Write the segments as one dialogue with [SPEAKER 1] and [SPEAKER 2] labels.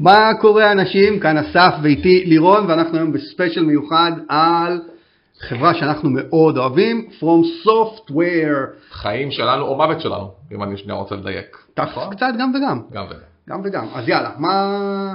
[SPEAKER 1] מה קורה אנשים? כאן אסף ואיתי לירון ואנחנו היום בספיישל מיוחד על חברה שאנחנו מאוד אוהבים, From Software.
[SPEAKER 2] חיים שלנו או מוות שלנו, אם אני שנייה רוצה לדייק. נכון.
[SPEAKER 1] תפס קצת גם וגם,
[SPEAKER 2] גם וגם.
[SPEAKER 1] גם וגם. אז יאללה, מה,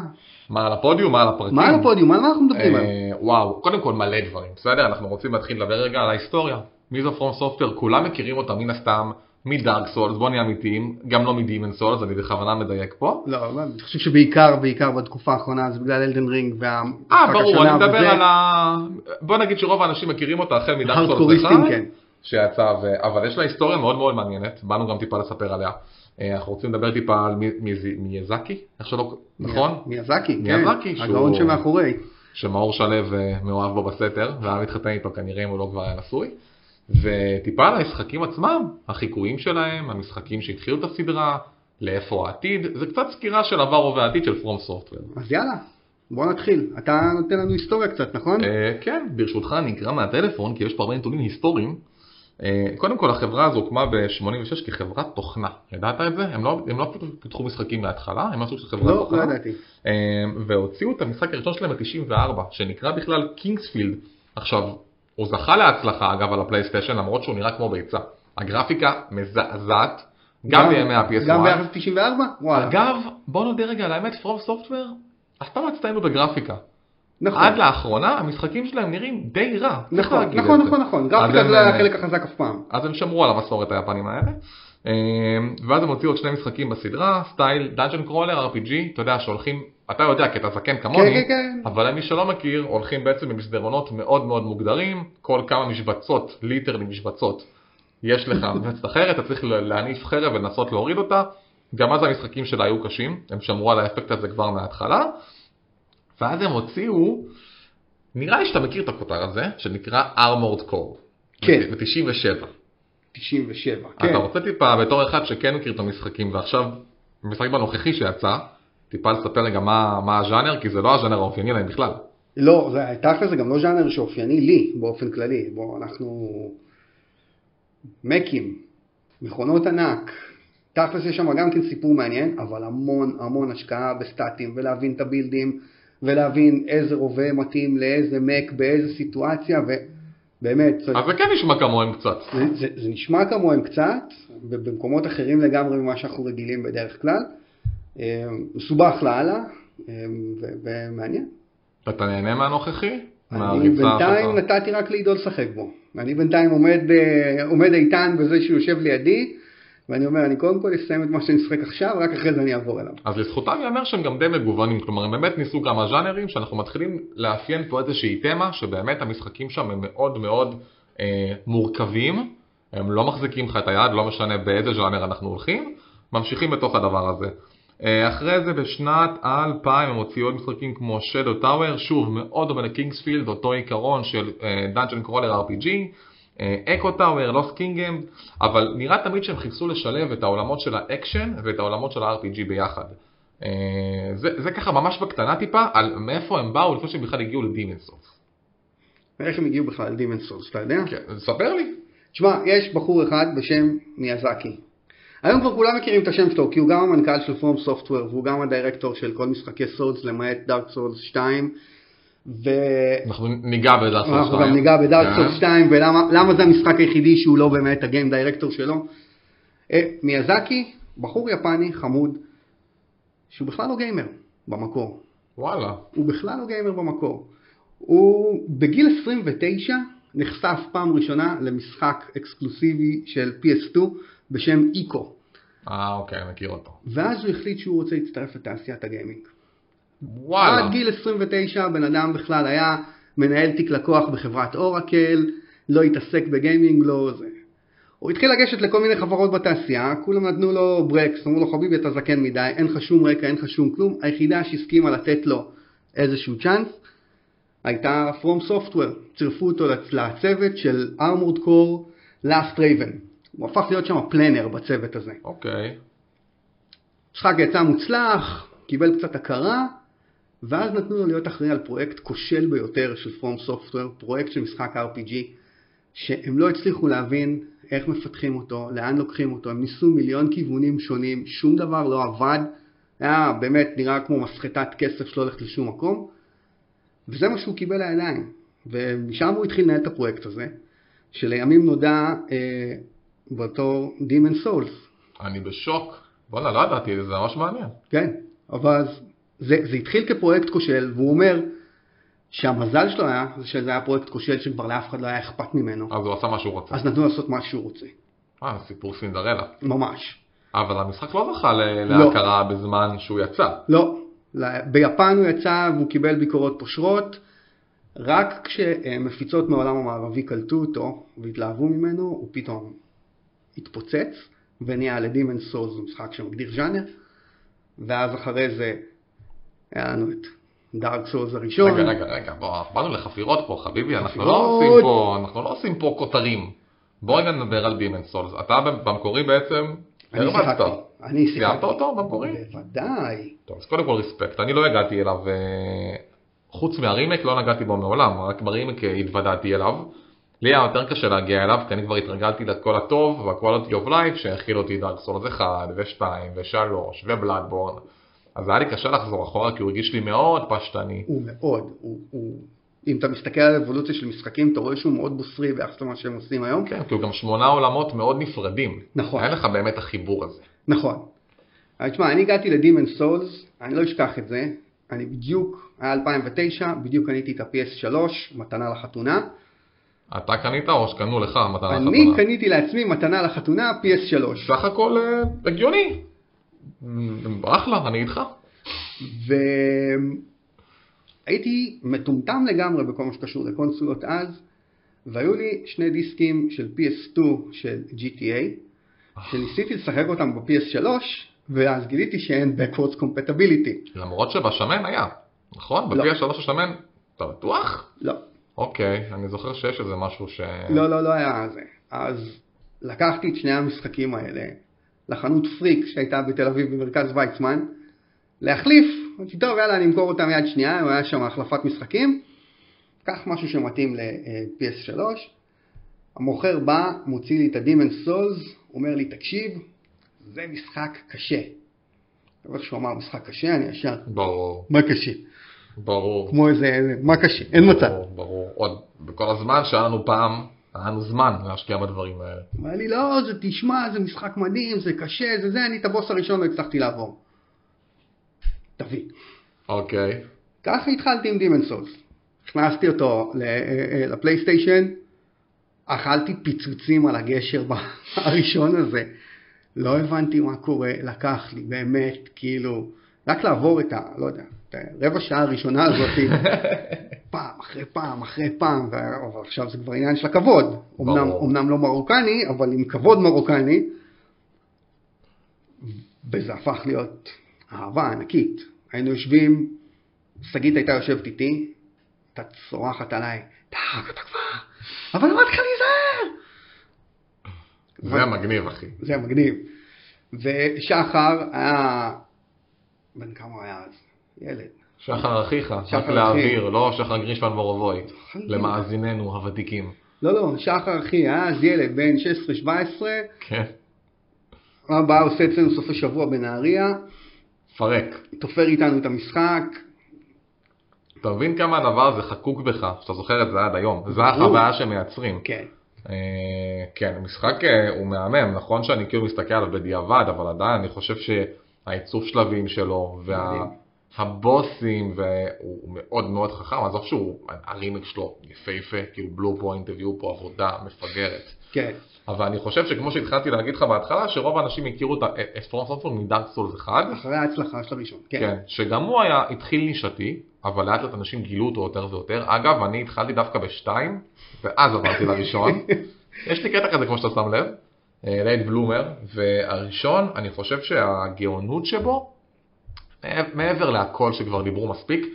[SPEAKER 2] מה על הפודיום, מה על הפרקים.
[SPEAKER 1] מה על הפודיום? על מה אנחנו מדברים היום?
[SPEAKER 2] אוקיי. אה, וואו, קודם כל מלא דברים, בסדר? אנחנו רוצים להתחיל לדבר רגע על ההיסטוריה. מי זו פרום סופטר? כולם מכירים אותה מן הסתם מדארק סולס, בוא נהיה אמיתיים, גם לא מדימן סולס, אני בכוונה מדייק פה.
[SPEAKER 1] לא, אבל אני חושב שבעיקר, בעיקר בתקופה האחרונה זה בגלל אלדן רינג וה...
[SPEAKER 2] אה, ברור, אני מדבר על ה... בוא נגיד שרוב האנשים מכירים אותה החל מדארק סולס
[SPEAKER 1] הארדקוריסטים, כן.
[SPEAKER 2] שיצא, ו... אבל יש לה היסטוריה מאוד מאוד מעניינת, באנו גם טיפה לספר עליה. אה, אנחנו רוצים לדבר טיפה על מי- מי- מיאזקי, איך שלא, נכון?
[SPEAKER 1] מיאזקי, כן.
[SPEAKER 2] מיאזקי, שהוא-
[SPEAKER 1] הגאון שמאחורי.
[SPEAKER 2] שמאור שלו אה, מאוהב בו בסתר, והיה מתחתן איתו כנראה אם הוא לא כבר היה נשוי. וטיפה על המשחקים עצמם, החיקויים שלהם, המשחקים שהתחילו את הסדרה, לאיפה העתיד, זה קצת סקירה של עבר הווה עתיד של פרום סופטוור.
[SPEAKER 1] אז יאללה, בוא נתחיל. אתה נותן לנו היסטוריה קצת, נכון?
[SPEAKER 2] כן, ברשותך אני אקרא מהטלפון, כי יש פה הרבה נתונים היסטוריים. אה, קודם כל החברה הזו הוקמה ב-86 כחברת תוכנה, ידעת את זה? הם לא, הם לא פשוט פיתחו משחקים מההתחלה, הם לא סוג של חברת
[SPEAKER 1] לא,
[SPEAKER 2] תוכנה.
[SPEAKER 1] לא ידעתי.
[SPEAKER 2] אה, והוציאו את המשחק הראשון שלהם ב-94, שנקרא בכלל קינגספילד. עכשיו, הוא זכה להצלחה אגב על הפלייסטיישן, למרות שהוא נראה כמו ביצה. הגרפיקה מזעזעת, גם בימי ה-PS1.
[SPEAKER 1] גם ביחס 94? וואלה.
[SPEAKER 2] אגב, בוא נודה רגע על האמת, פרום סופטוור אף פעם לא הצטיינו בגרפיקה.
[SPEAKER 1] נכון.
[SPEAKER 2] עד לאחרונה המשחקים שלהם נראים די רע. צריך
[SPEAKER 1] נכון,
[SPEAKER 2] להגיד
[SPEAKER 1] נכון,
[SPEAKER 2] את זה.
[SPEAKER 1] נכון, נכון,
[SPEAKER 2] אז
[SPEAKER 1] גרפיקה זה
[SPEAKER 2] הם,
[SPEAKER 1] לא היה
[SPEAKER 2] אה,
[SPEAKER 1] החלק החזק אף פעם.
[SPEAKER 2] אז הם שמרו על המסורת היפנים האלה. אמ, ואז הם הוציאו עוד שני משחקים בסדרה, סטייל דאנג'ן קרולר, RPG, אתה יודע שהולכים, אתה יודע כי אתה זקן כמוני,
[SPEAKER 1] כן, כן, כן.
[SPEAKER 2] אבל למי שלא מכיר, הולכים בעצם במסדרונות מאוד מאוד מוגדרים, כל כמה משבצות, ליטרלי משבצות, יש לך מצת אחרת, אתה צריך להניף חרב ולנסות להוריד אותה, גם אז המשחקים שלה היו קשים, הם שמרו על האפקט הזה כבר מההתחלה, ואז הם הוציאו, נראה לי שאתה מכיר את הכותר הזה, שנקרא Armored Core,
[SPEAKER 1] כן.
[SPEAKER 2] ב-97.
[SPEAKER 1] 97, כן.
[SPEAKER 2] אתה רוצה טיפה, בתור אחד שכן מכיר את המשחקים, ועכשיו, המשחק בנוכחי שיצא, טיפה לספר רגע מה, מה הז'אנר, כי זה לא הז'אנר האופייני להם בכלל.
[SPEAKER 1] לא, זה תכל'ס זה גם לא ז'אנר שאופייני לי באופן כללי. בוא, אנחנו מקים, מכונות ענק. תכל'ס יש שם גם כן סיפור מעניין, אבל המון המון השקעה בסטטים, ולהבין את הבילדים, ולהבין איזה רובה מתאים לאיזה מק, באיזה סיטואציה, ובאמת, צריך-
[SPEAKER 2] אז זה כן נשמע כמוהם קצת.
[SPEAKER 1] זה, זה, זה נשמע כמוהם קצת, במקומות אחרים לגמרי ממה שאנחנו רגילים בדרך כלל. אה, מסובך לאללה, אה, ו- ומעניין.
[SPEAKER 2] אתה נהנה מהנוכחי?
[SPEAKER 1] אני
[SPEAKER 2] מהריצה
[SPEAKER 1] בינתיים
[SPEAKER 2] הזאת?
[SPEAKER 1] נתתי רק לעידו לשחק בו. אני בינתיים עומד, אה, עומד איתן בזה שהוא יושב לידי, ואני אומר, אני קודם כל אסיים את מה שאני אשחק עכשיו, רק אחרי זה אני אעבור אליו.
[SPEAKER 2] אז לזכותם ייאמר שהם גם די מגוונים, כלומר הם באמת ניסו כמה ז'אנרים שאנחנו מתחילים לאפיין פה איזושהי תמה שבאמת המשחקים שם הם מאוד מאוד אה, מורכבים, הם לא מחזיקים לך את היד, לא משנה באיזה ז'אנר אנחנו הולכים, ממשיכים בתוך הדבר הזה. אה, אחרי זה בשנת 2000 הם הוציאו עוד משחקים כמו שדו טאוור, שוב מאוד דומה לקינגספילד, אותו עיקרון של אה, דאנג'ן קרולר RPG, אקו טאוור, לוס קינגם, אבל נראה תמיד שהם חיפשו לשלב את העולמות של האקשן ואת העולמות של ה-RPG ביחד. אה, זה, זה ככה ממש בקטנה טיפה על מאיפה הם באו לפני שהם בכלל הגיעו לדימנסוף.
[SPEAKER 1] איך הם הגיעו בכלל לדימן סורס, אתה יודע?
[SPEAKER 2] כן, אז ספר לי.
[SPEAKER 1] תשמע, יש בחור אחד בשם מיאזקי. היום כבר כולם מכירים את השם שלו, כי הוא גם המנכ"ל של פרום סופטוור, והוא גם הדירקטור של כל משחקי סולס, למעט דארק סולס 2, ו...
[SPEAKER 2] אנחנו ניגע בדארק אה? סולס כן. 2.
[SPEAKER 1] אנחנו גם ניגע בדארק סולס 2 ולמה למה זה המשחק היחידי שהוא לא באמת הגיים דיירקטור שלו. אה, מיאזקי, בחור יפני חמוד, שהוא בכלל לא גיימר במקור.
[SPEAKER 2] וואלה.
[SPEAKER 1] הוא בכלל לא גיימר במקור. הוא בגיל 29 נחשף פעם ראשונה למשחק אקסקלוסיבי של PS2 בשם איקו,
[SPEAKER 2] אה אוקיי, אני מכיר אותו.
[SPEAKER 1] ואז הוא החליט שהוא רוצה להצטרף לתעשיית הגיימינג.
[SPEAKER 2] וואלה.
[SPEAKER 1] עד גיל 29 בן אדם בכלל היה מנהל תיק לקוח בחברת אורקל, לא התעסק בגיימינג, לא זה. הוא התחיל לגשת לכל מיני חברות בתעשייה, כולם נתנו לו ברקס, אמרו לו חביבי אתה זקן מדי, אין לך שום רקע, אין לך שום כלום, היחידה שהסכימה לתת לו איזשהו צ'אנס הייתה From Software, צירפו אותו לצ- לצוות של Armored Core Last Raven, הוא הפך להיות שם פלנר בצוות הזה.
[SPEAKER 2] אוקיי.
[SPEAKER 1] המשחק יצא מוצלח, קיבל קצת הכרה, ואז נתנו לו להיות אחראי על פרויקט כושל ביותר של פרום סופטוור, פרויקט של משחק RPG, שהם לא הצליחו להבין איך מפתחים אותו, לאן לוקחים אותו, הם ניסו מיליון כיוונים שונים, שום דבר לא עבד, היה באמת נראה כמו מסחטת כסף שלא הולכת לשום מקום, וזה מה שהוא קיבל לידיים. ומשם הוא התחיל לנהל את הפרויקט הזה, שלימים נודע אה, בתור Demon Souls.
[SPEAKER 2] אני בשוק. וואלה, לא ידעתי, זה ממש מעניין.
[SPEAKER 1] כן, אבל זה, זה התחיל כפרויקט כושל, והוא אומר שהמזל שלו היה, זה שזה היה פרויקט כושל שכבר לאף אחד לא היה אכפת ממנו,
[SPEAKER 2] אז הוא עשה מה שהוא רוצה.
[SPEAKER 1] אז נתנו לו לעשות מה שהוא רוצה,
[SPEAKER 2] אה, סיפור סינדרלה.
[SPEAKER 1] ממש.
[SPEAKER 2] אבל המשחק לא זכה ל-
[SPEAKER 1] לא.
[SPEAKER 2] להכרה בזמן שהוא יצא.
[SPEAKER 1] לא, ל- ביפן הוא יצא והוא קיבל ביקורות פושרות, רק כשמפיצות מהעולם המערבי קלטו אותו והתלהבו ממנו, הוא פתאום התפוצץ ונהיה לדימן סולס, זה משחק שמגדיר ז'אנר, ואז אחרי זה היה לנו את דארק סולס הראשון.
[SPEAKER 2] רגע, רגע, רגע, בוא, באנו לחפירות פה, חביבי, אנחנו לא
[SPEAKER 1] חפירות.
[SPEAKER 2] עושים פה, אנחנו לא עושים פה כותרים. בוא רגע נדבר על דימן סולס. אתה במקורי בעצם
[SPEAKER 1] אני
[SPEAKER 2] הרבצת.
[SPEAKER 1] שיחקתי, כן. אני שיחקתי.
[SPEAKER 2] סיימת אותו במקורי?
[SPEAKER 1] בוודאי.
[SPEAKER 2] טוב, אז קודם כל ריספקט, אני לא הגעתי אליו, אה, חוץ מהרימק לא נגעתי בו מעולם, רק ברימק אה, התוודעתי אליו. לי היה יותר קשה להגיע אליו, כי אני כבר התרגלתי לכל הטוב וה-quality of life שהכיל אותי דארק סולס 1 ו-2 ו-3 ובלאדבורן. אז היה לי קשה לחזור אחורה כי הוא הרגיש לי מאוד פשטני.
[SPEAKER 1] הוא מאוד, הוא, הוא, אם אתה מסתכל על האבולוציה של משחקים, אתה רואה שהוא מאוד בוסרי ביחס למה שהם עושים היום.
[SPEAKER 2] כן, כי הוא גם שמונה עולמות מאוד נפרדים.
[SPEAKER 1] נכון.
[SPEAKER 2] אין לך באמת החיבור הזה.
[SPEAKER 1] נכון. אבל תשמע, אני הגעתי לדימן סולס, אני לא אשכח את זה, אני בדיוק, היה 2009, בדיוק קניתי את ה-PS3, מתנה לחתונה.
[SPEAKER 2] אתה קנית או שקנו לך מתנה
[SPEAKER 1] אני
[SPEAKER 2] חתונה?
[SPEAKER 1] קניתי לעצמי מתנה לחתונה, PS3.
[SPEAKER 2] סך הכל אה, הגיוני. אמ, אחלה, אני איתך.
[SPEAKER 1] והייתי מטומטם לגמרי בכל מה שקשור לקונסולות אז, והיו לי שני דיסקים של PS2 של GTA, שניסיתי לשחק אותם ב-PS3, ואז גיליתי שאין backwards compatibility.
[SPEAKER 2] למרות שבשמן היה, נכון?
[SPEAKER 1] לא.
[SPEAKER 2] בפי השלוש השמן, אתה בטוח?
[SPEAKER 1] לא,
[SPEAKER 2] אוקיי, אני זוכר שיש איזה משהו ש...
[SPEAKER 1] לא, לא, לא היה זה. אז לקחתי את שני המשחקים האלה לחנות פריק שהייתה בתל אביב במרכז ויצמן, להחליף, אמרתי טוב יאללה אני אמכור אותם יד שנייה, הוא היה שם החלפת משחקים, קח משהו שמתאים ל-PS3, המוכר בא, מוציא לי את הדימן סולס, אומר לי תקשיב, זה משחק קשה. איך שהוא אמר משחק קשה, אני ישר,
[SPEAKER 2] ברור,
[SPEAKER 1] מה קשה?
[SPEAKER 2] ברור.
[SPEAKER 1] כמו איזה, מה קשה? אין מצב.
[SPEAKER 2] ברור, ברור. עוד, בכל הזמן שהיה לנו פעם, היה לנו זמן להשקיע בדברים האלה.
[SPEAKER 1] אמר לי, לא, זה תשמע, זה משחק מדהים, זה קשה, זה זה, אני את הבוס הראשון לא הצלחתי לעבור. תביא.
[SPEAKER 2] אוקיי.
[SPEAKER 1] ככה התחלתי עם דימן סולס. הכנסתי אותו ל- אה, אה, לפלייסטיישן, אכלתי פיצוצים על הגשר ב- הראשון הזה. לא הבנתי מה קורה, לקח לי באמת, כאילו, רק לעבור את ה... לא יודע, את הרבע שעה הראשונה הזאת, פעם אחרי פעם אחרי פעם, ו- אבל עכשיו זה כבר עניין של הכבוד.
[SPEAKER 2] ברור.
[SPEAKER 1] אמנם, אמנם לא מרוקני, אבל עם כבוד מרוקני, וזה הפך להיות אהבה ענקית. היינו יושבים שגית הייתה יושבת איתי, הייתה צורחת עליי, תהרוג אותו כבר, אבל אמרתי לך להיזהר.
[SPEAKER 2] זה היה מגניב, אחי.
[SPEAKER 1] זה היה מגניב. ושחר היה, בן כמה הוא היה אז? ילד.
[SPEAKER 2] שחר אחיך, רק
[SPEAKER 1] שחר
[SPEAKER 2] להעביר,
[SPEAKER 1] אחי.
[SPEAKER 2] לא שחר גרינשפן מורובוי,
[SPEAKER 1] חלילה.
[SPEAKER 2] למאזיננו הוותיקים.
[SPEAKER 1] לא, לא, שחר אחי, היה אז ילד בן 16-17,
[SPEAKER 2] כן,
[SPEAKER 1] הבא עושה אצלנו סופי שבוע בנהריה,
[SPEAKER 2] פרק.
[SPEAKER 1] תופר איתנו את המשחק,
[SPEAKER 2] אתה מבין כמה הדבר הזה חקוק בך, שאתה זוכר את זה עד היום. זה
[SPEAKER 1] ברור.
[SPEAKER 2] החוויה שמייצרים.
[SPEAKER 1] כן.
[SPEAKER 2] אה, כן, המשחק אה, הוא מהמם, נכון שאני כאילו מסתכל עליו בדיעבד, אבל עדיין אני חושב שהעיצוב שלבים שלו,
[SPEAKER 1] מדהים.
[SPEAKER 2] והבוסים, והוא מאוד מאוד חכם, עזוב שהוא, הרימיק שלו יפהפה, כאילו בלו פוינט הביאו פה עבודה מפגרת.
[SPEAKER 1] כן.
[SPEAKER 2] אבל אני חושב שכמו שהתחלתי להגיד לך בהתחלה, שרוב האנשים הכירו את ה- אה, את פרום סופטוור מדארק סולס 1,
[SPEAKER 1] אחרי ההצלחה של הראשון, כן.
[SPEAKER 2] כן, שגם הוא היה, התחיל נישתי, אבל לאט לאט אנשים גילו אותו יותר ויותר. אגב, אני התחלתי דווקא בשתיים, ואז עברתי לראשון. יש לי קטע כזה, כמו שאתה שם לב, אה, לייט בלומר, והראשון, אני חושב שהגאונות שבו, מעב- מעבר להכל שכבר דיברו מספיק,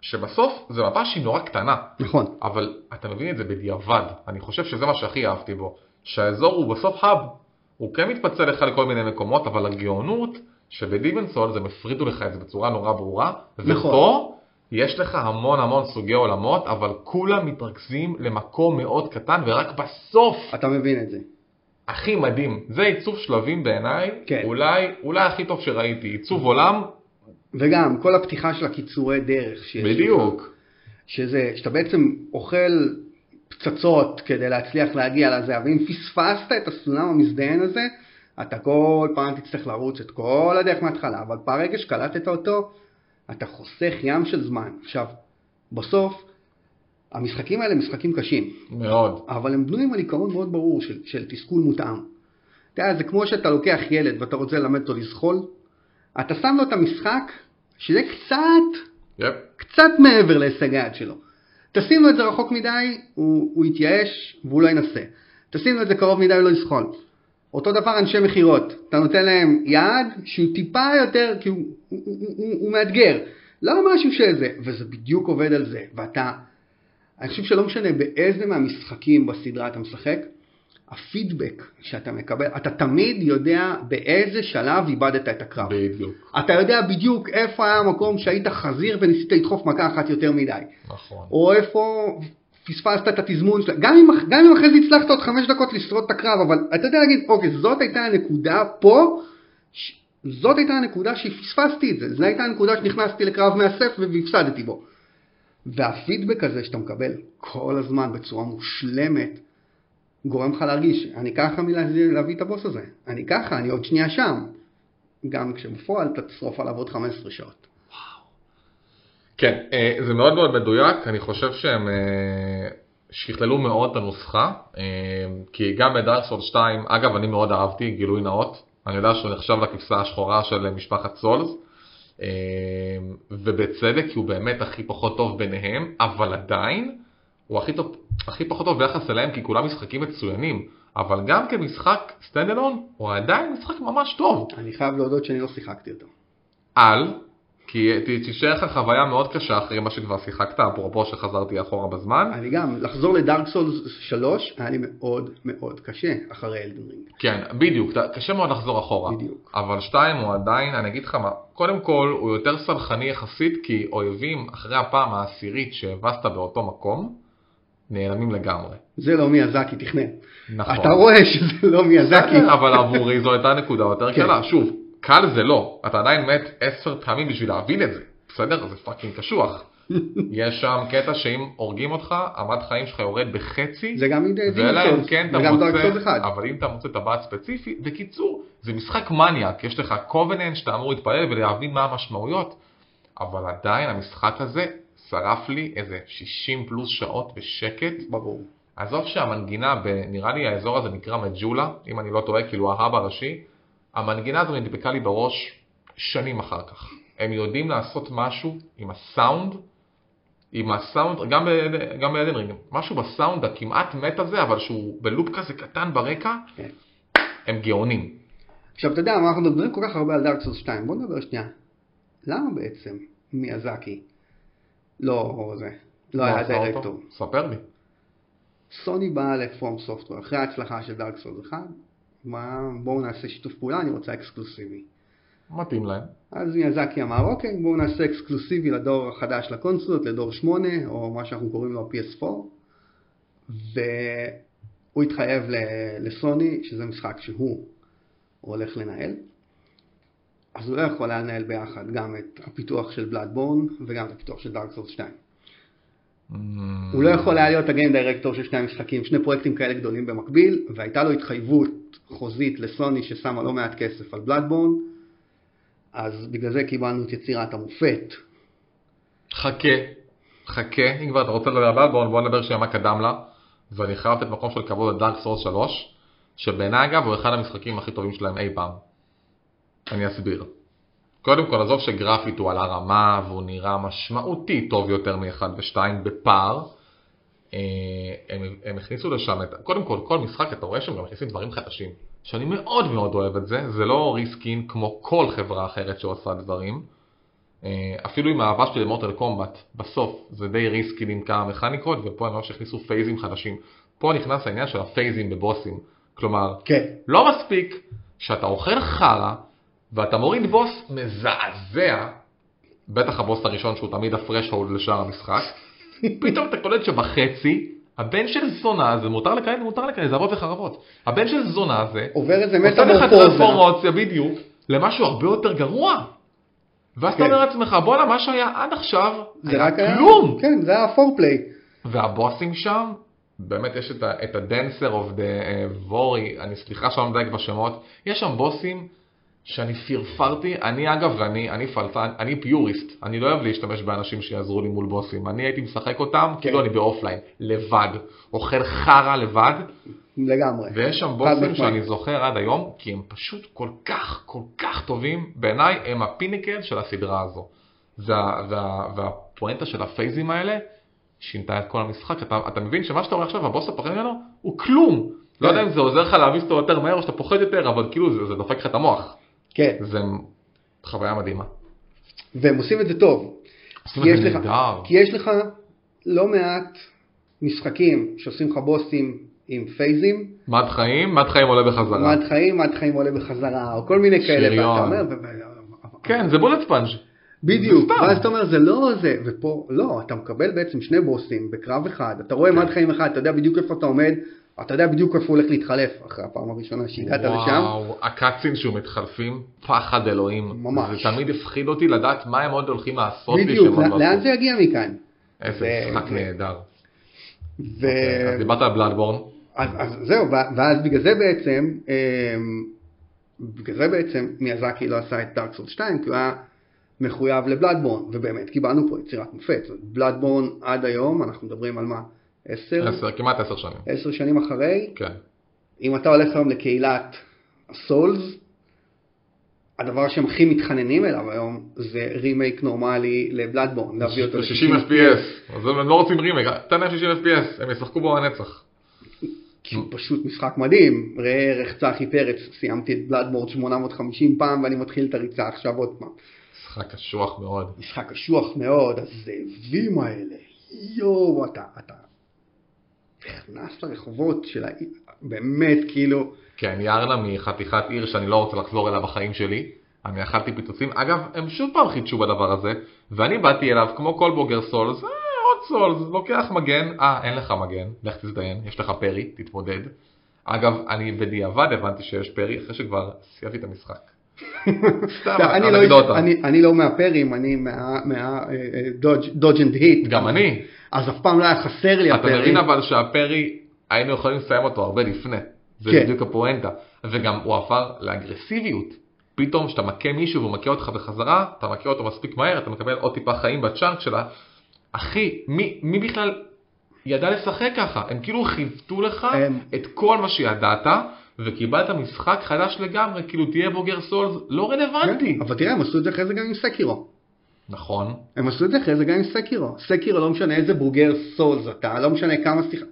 [SPEAKER 2] שבסוף זה מפה שהיא נורא קטנה,
[SPEAKER 1] נכון,
[SPEAKER 2] אבל אתה מבין את זה בדיעבד. אני חושב שזה מה שהכי אהבתי בו, שהאזור הוא בסוף האב. הוא כן מתפצל לך לכל מיני מקומות, אבל הגאונות שבדיבנסון זה מפרידו לך את זה בצורה נורא ברורה,
[SPEAKER 1] נכון.
[SPEAKER 2] ופה יש לך המון המון סוגי עולמות, אבל כולם מתרכזים למקום מאוד קטן, ורק בסוף
[SPEAKER 1] אתה מבין את זה.
[SPEAKER 2] הכי מדהים, זה עיצוב שלבים בעיניי,
[SPEAKER 1] כן.
[SPEAKER 2] אולי, אולי הכי טוב שראיתי, עיצוב עולם
[SPEAKER 1] וגם כל הפתיחה של הקיצורי דרך שיש לך.
[SPEAKER 2] בדיוק.
[SPEAKER 1] שזה, שאתה בעצם אוכל פצצות כדי להצליח להגיע לזה, אבל אם פספסת את הסולם המזדיין הזה, אתה כל פעם תצטרך לרוץ את כל הדרך מההתחלה, אבל ברגע שקלטת אותו, אתה חוסך ים של זמן. עכשיו, בסוף, המשחקים האלה הם משחקים קשים,
[SPEAKER 2] מאוד.
[SPEAKER 1] אבל הם בנויים על עיקרון מאוד ברור של, של תסכול מותאם. אתה יודע, זה כמו שאתה לוקח ילד ואתה רוצה ללמד אותו לזחול, אתה שם לו את המשחק, שזה קצת
[SPEAKER 2] יפ.
[SPEAKER 1] קצת מעבר להישג היד שלו. תשים לו את זה רחוק מדי, הוא, הוא יתייאש והוא לא ינסה. תשים לו את זה קרוב מדי, הוא לא יסחול. אותו דבר אנשי מכירות, אתה נותן להם יעד שהוא טיפה יותר, כי הוא, הוא, הוא, הוא, הוא מאתגר, לא משהו שזה, וזה בדיוק עובד על זה, ואתה, אני חושב שלא משנה באיזה מהמשחקים בסדרה אתה משחק, הפידבק שאתה מקבל, אתה תמיד יודע באיזה שלב איבדת את הקרב.
[SPEAKER 2] בדיוק.
[SPEAKER 1] אתה יודע בדיוק איפה היה המקום שהיית חזיר וניסית לדחוף מכה אחת יותר מדי,
[SPEAKER 2] נכון.
[SPEAKER 1] או איפה פספסת את התזמון שלה, גם אם, גם אם אחרי זה הצלחת עוד חמש דקות לשרוד את הקרב, אבל אתה יודע להגיד, אוקיי, זאת הייתה הנקודה פה, ש... זאת הייתה הנקודה שפספסתי את זה, זו הייתה הנקודה שנכנסתי לקרב מאסף והפסדתי בו. והפידבק הזה שאתה מקבל כל הזמן בצורה מושלמת, גורם לך להרגיש, אני ככה מלהביא להביא את הבוס הזה, אני ככה, אני עוד שנייה שם. גם כשבפועל אתה תשרוף עליו עוד 15 שעות.
[SPEAKER 2] כן, אה, זה מאוד מאוד מדויק, אני חושב שהם אה, שכללו מאוד את הנוסחה, אה, כי גם בדארקסולד 2, אגב אני מאוד אהבתי, גילוי נאות, אני יודע שהוא נחשב לכבשה השחורה של משפחת סולס, אה, ובצדק כי הוא באמת הכי פחות טוב ביניהם, אבל עדיין הוא הכי, טוב, הכי פחות טוב ביחס אליהם כי כולם משחקים מצוינים, אבל גם כמשחק סטנד אלון הוא עדיין משחק ממש טוב.
[SPEAKER 1] אני חייב להודות שאני לא שיחקתי אותו.
[SPEAKER 2] על, כי ת- תישאר לך חוויה מאוד קשה אחרי מה שכבר שיחקת, אפרופו שחזרתי אחורה בזמן,
[SPEAKER 1] אני גם, לחזור לדארק סולס 3 היה לי מאוד מאוד קשה אחרי אלדן רינג.
[SPEAKER 2] כן, בדיוק, אתה- קשה מאוד לחזור אחורה.
[SPEAKER 1] בדיוק.
[SPEAKER 2] אבל שתיים הוא עדיין, אני אגיד לך מה, קודם כל הוא יותר סלחני יחסית כי אויבים אחרי הפעם העשירית שהבסת באותו מקום, נעלמים לגמרי.
[SPEAKER 1] זה לא מיאזקי תכנן.
[SPEAKER 2] נכון.
[SPEAKER 1] אתה רואה שזה לא מיאזקי.
[SPEAKER 2] בסדר, אבל עבורי זו הייתה נקודה יותר
[SPEAKER 1] כן.
[SPEAKER 2] קלה. שוב, קל זה לא, אתה עדיין מת עשר פעמים בשביל להבין את זה, בסדר? זה פאקינג קשוח. יש שם קטע שאם הורגים אותך, המד חיים שלך יורד בחצי,
[SPEAKER 1] זה גם מדי
[SPEAKER 2] ואלא אם
[SPEAKER 1] סולס,
[SPEAKER 2] כן אתה
[SPEAKER 1] וגם דארק סולס
[SPEAKER 2] מוצא,
[SPEAKER 1] 1.
[SPEAKER 2] אבל אם אתה מוצא טבעת ספציפית, בקיצור, זה משחק מניאק, יש לך קובננט שאתה אמור להתפלל ולהבין מה המשמעויות, אבל עדיין המשחק הזה שרף לי איזה 60 פלוס שעות בשקט.
[SPEAKER 1] ברור.
[SPEAKER 2] עזוב שהמנגינה, ב, נראה לי האזור הזה נקרא מג'ולה, אם אני לא טועה, כאילו ההאב הראשי, המנגינה הזו נדבקה לי בראש שנים אחר כך. הם יודעים לעשות משהו עם הסאונד, עם הסאונד, גם, ב- גם באלדנרינג, משהו בסאונד הכמעט מת הזה, אבל שהוא בלופ כזה קטן ברקע,
[SPEAKER 1] כן.
[SPEAKER 2] הם גאונים.
[SPEAKER 1] עכשיו אתה יודע, מה, אנחנו מדברים כל כך הרבה על דארק סולס 2, בוא נדבר שנייה. למה בעצם מיאזקי לא זה, לא
[SPEAKER 2] מה
[SPEAKER 1] היה
[SPEAKER 2] עשה אותו?
[SPEAKER 1] דירקטור?
[SPEAKER 2] ספר לי.
[SPEAKER 1] סוני באה לפרום סופטוור, אחרי ההצלחה של דארק סולס 1, מה, בואו נעשה שיתוף פעולה, אני רוצה אקסקלוסיבי.
[SPEAKER 2] מתאים להם.
[SPEAKER 1] אז מיאזקי אמר, אוקיי, בואו נעשה אקסקלוסיבי לדור החדש לקונסולות, לדור 8, או מה שאנחנו קוראים לו PS4, והוא התחייב ל- לסוני, שזה משחק שהוא הולך לנהל. אז הוא לא יכול היה לנהל ביחד גם את הפיתוח של בלאדבורן וגם את הפיתוח של דארק סורס 2. הוא לא יכול היה להיות הגיים דירקטור של שני המשחקים, שני פרויקטים כאלה גדולים במקביל, והייתה לו התחייבות חוזית לסוני ששמה לא מעט כסף על בלאדבורן, אז בגלל זה קיבלנו את יצירת המופת.
[SPEAKER 2] חכה, חכה, אם כבר אתה רוצה לדבר הבא, בואו בוא נדבר שנייה מה קדם לה, ואני חייב לתת מקום של כבוד לדארק סורס 3, שבעיניי אגב הוא אחד המשחקים הכי טובים שלהם אי פעם. אני אסביר. קודם כל, עזוב שגרפית הוא על הרמה והוא נראה משמעותי טוב יותר מ-1 ו-2 בפער. אה, הם, הם הכניסו לשם את, קודם כל, כל משחק אתה רואה שהם גם מכניסים דברים חדשים, שאני מאוד מאוד אוהב את זה, זה לא ריסקין כמו כל חברה אחרת שעושה דברים. אה, אפילו עם האהבה שלי למורטל קומבט, בסוף זה די ריסקי עם כמה מכניקות, ופה אני רואה שהכניסו פייזים חדשים. פה נכנס העניין של הפייזים בבוסים. כלומר,
[SPEAKER 1] כן.
[SPEAKER 2] לא מספיק שאתה אוכל חרא ואתה מוריד בוס מזעזע, בטח הבוס הראשון שהוא תמיד הפרשהולד לשאר המשחק, פתאום אתה קולט שבחצי, הבן של זונה הזה, מותר לקלל, מותר לקלל, זהבות וחרבות. הבן של זונה הזה,
[SPEAKER 1] עובר איזה
[SPEAKER 2] עושה לך
[SPEAKER 1] מטמורפוזה.
[SPEAKER 2] טרנספורמציה בדיוק למשהו הרבה יותר גרוע. ואז אתה
[SPEAKER 1] כן.
[SPEAKER 2] אומר לעצמך, בואנה, מה שהיה עד עכשיו,
[SPEAKER 1] זה רק
[SPEAKER 2] היה כלום.
[SPEAKER 1] כן, זה היה פורפליי.
[SPEAKER 2] והבוסים שם, באמת יש את ה- את הדנסר אוף דה וורי, אה, אני סליחה שאני לא מדייק בשמות, יש שם בוסים שאני פרפרתי, אני אגב, אני, אני פלצן, אני פיוריסט, אני לא אוהב להשתמש באנשים שיעזרו לי מול בוסים, אני הייתי משחק אותם,
[SPEAKER 1] כן.
[SPEAKER 2] כאילו אני באופליין, לבד, אוכל חרא לבד,
[SPEAKER 1] לגמרי.
[SPEAKER 2] ויש שם
[SPEAKER 1] חד
[SPEAKER 2] בוסים
[SPEAKER 1] משמעית.
[SPEAKER 2] שאני זוכר עד היום, כי הם פשוט כל כך, כל כך טובים, בעיניי הם הפיניקל של הסדרה הזו. וה, וה, והפואנטה של הפייזים האלה שינתה את כל המשחק. אתה, אתה מבין שמה שאתה אומר עכשיו, הבוס הפחד ממנו, הוא כלום. לא
[SPEAKER 1] כן.
[SPEAKER 2] יודע אם זה עוזר לך להביס אותו יותר מהר או שאתה פוחד יותר, אבל כאילו זה, זה דופק לך את המוח.
[SPEAKER 1] כן,
[SPEAKER 2] זה חוויה מדהימה.
[SPEAKER 1] והם עושים את זה טוב.
[SPEAKER 2] עושים
[SPEAKER 1] כי
[SPEAKER 2] את
[SPEAKER 1] יש
[SPEAKER 2] זה
[SPEAKER 1] לך-
[SPEAKER 2] נהדר.
[SPEAKER 1] כי יש לך לא מעט משחקים שעושים לך בוסים עם פייזים,
[SPEAKER 2] מד חיים, מד חיים עולה בחזרה.
[SPEAKER 1] מד חיים, מד חיים עולה בחזרה, או כל מיני כאלה, ואתה
[SPEAKER 2] שריון.
[SPEAKER 1] אומר, ו- ו- ו-
[SPEAKER 2] כן, זה בולט ספאנג'.
[SPEAKER 1] בדיוק,
[SPEAKER 2] זה סתם.
[SPEAKER 1] ואז אתה אומר זה לא זה, ופה לא, אתה מקבל בעצם שני בוסים בקרב אחד, אתה
[SPEAKER 2] כן.
[SPEAKER 1] רואה מד חיים אחד, אתה יודע בדיוק איפה אתה עומד, אתה יודע בדיוק איפה הוא הולך להתחלף, אחרי הפעם הראשונה שהגעת לשם,
[SPEAKER 2] וואו, הקאצים שהוא מתחלפים, פחד אלוהים.
[SPEAKER 1] ממש.
[SPEAKER 2] זה תמיד הפחיד אותי לדעת מה הם עוד הולכים לעשות לי
[SPEAKER 1] בדיוק,
[SPEAKER 2] שהם עוד לא
[SPEAKER 1] לאן
[SPEAKER 2] עשו.
[SPEAKER 1] זה יגיע מכאן?
[SPEAKER 2] איזה
[SPEAKER 1] זה-
[SPEAKER 2] משחק
[SPEAKER 1] זה-
[SPEAKER 2] נהדר. אוקיי,
[SPEAKER 1] ו...
[SPEAKER 2] אז דיברת על בלאדבורן.
[SPEAKER 1] אז, אז זהו, ו- ואז בגלל זה בעצם, אמ, בגלל זה בעצם מיאזקי לא עשה את דארק סולד 2, כי הוא היה מחויב לבלאדבורן, ובאמת קיבלנו פה יצירת מופת. בלאדבורן עד היום, אנחנו מדברים על מה? עשר?
[SPEAKER 2] עשר, כמעט עשר שנים.
[SPEAKER 1] עשר שנים אחרי,
[SPEAKER 2] כן.
[SPEAKER 1] אם אתה הולך היום לקהילת הסולס, הדבר שהם הכי מתחננים אליו היום זה רימייק נורמלי לבלאדבורן, להביא אותו
[SPEAKER 2] זה 60 FPS. אז הם לא רוצים רימייק. תן להם 60 FPS, הם ישחקו בו הנצח.
[SPEAKER 1] כי הוא פשוט משחק מדהים, ראה ערך צחי פרץ, סיימתי את בלאדבורד 850 פעם ואני מתחיל את הריצה עכשיו עוד פעם.
[SPEAKER 2] משחק קשוח מאוד.
[SPEAKER 1] משחק קשוח מאוד, הזאבים האלה, יואו, אתה, אתה נכנס לרחובות של ה... באמת, כאילו,
[SPEAKER 2] כן, יארנה מחתיכת עיר שאני לא רוצה לחזור אליה בחיים שלי. אני אכלתי פיצוצים. אגב, הם שוב פעם חידשו בדבר הזה, ואני באתי אליו כמו כל בוגר סולס, אה, עוד סולס, לוקח מגן, אה, אין לך מגן, לך תזדיין, יש לך פרי, תתמודד. אגב, אני בדיעבד הבנתי שיש פרי אחרי שכבר סיימתי את המשחק. סתם,
[SPEAKER 1] אתה- אני, לא,
[SPEAKER 2] אנקדוטה.
[SPEAKER 1] אני, אני לא מהפרים, אני אה, מהדודג' אנד היט,
[SPEAKER 2] גם אני.
[SPEAKER 1] אז אף פעם לא היה חסר לי
[SPEAKER 2] אתה
[SPEAKER 1] הפרי,
[SPEAKER 2] מבין אבל שהפרי, היינו יכולים לסיים אותו הרבה לפני. זה
[SPEAKER 1] כן.
[SPEAKER 2] בדיוק הפואנטה. וגם הוא עבר לאגרסיביות. פתאום כשאתה מכה מישהו והוא מכה אותך בחזרה, אתה מכה אותו מספיק מהר, אתה מקבל עוד טיפה חיים בצ'אנק שלה. אחי, מי, מי בכלל ידע לשחק ככה? הם כאילו חיוותו לך
[SPEAKER 1] הם-
[SPEAKER 2] את כל מה שידעת, וקיבלת משחק חדש לגמרי, כאילו תהיה בוגר סולס לא רלוונטי.
[SPEAKER 1] כן, אבל תראה, הם עשו את זה אחרי זה גם עם סקירו. כן.
[SPEAKER 2] נכון.
[SPEAKER 1] הם עשו את זה אחרי זה גם עם סקירו. סקירו לא משנה איזה בוגר סולס אתה, לא משנה כמה שיחה.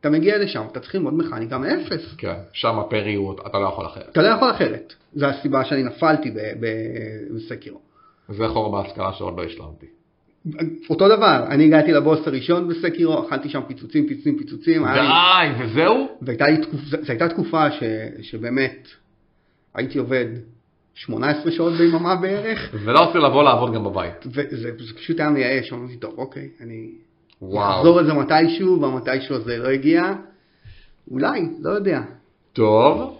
[SPEAKER 1] אתה מגיע לשם, אתה צריך ללמוד מכניקה מאפס.
[SPEAKER 2] כן, שם הפרי הוא, אתה לא יכול אחרת.
[SPEAKER 1] אתה לא יכול אחרת. זו הסיבה שאני נפלתי ב- ב- בסקירו.
[SPEAKER 2] זה חור בהשכלה שעוד לא השלמתי.
[SPEAKER 1] אותו דבר, אני הגעתי לבוס הראשון בסקירו, אכלתי שם פיצוצים, פיצוצים, פיצוצים. היה לי-
[SPEAKER 2] די, וזהו?
[SPEAKER 1] והייתה לי תקופ- זו זו הייתה תקופה ש, שבאמת הייתי עובד 18 שעות ביממה בערך,
[SPEAKER 2] ולא רוצה לבוא לעבוד גם בבית.
[SPEAKER 1] וזה זה פשוט היה מייאש. אמרתי, טוב, אוקיי, אני,
[SPEAKER 2] וואו.
[SPEAKER 1] נחזור לזה מתישהו, והמתישהו הזה לא הגיע. אולי, לא יודע.
[SPEAKER 2] טוב.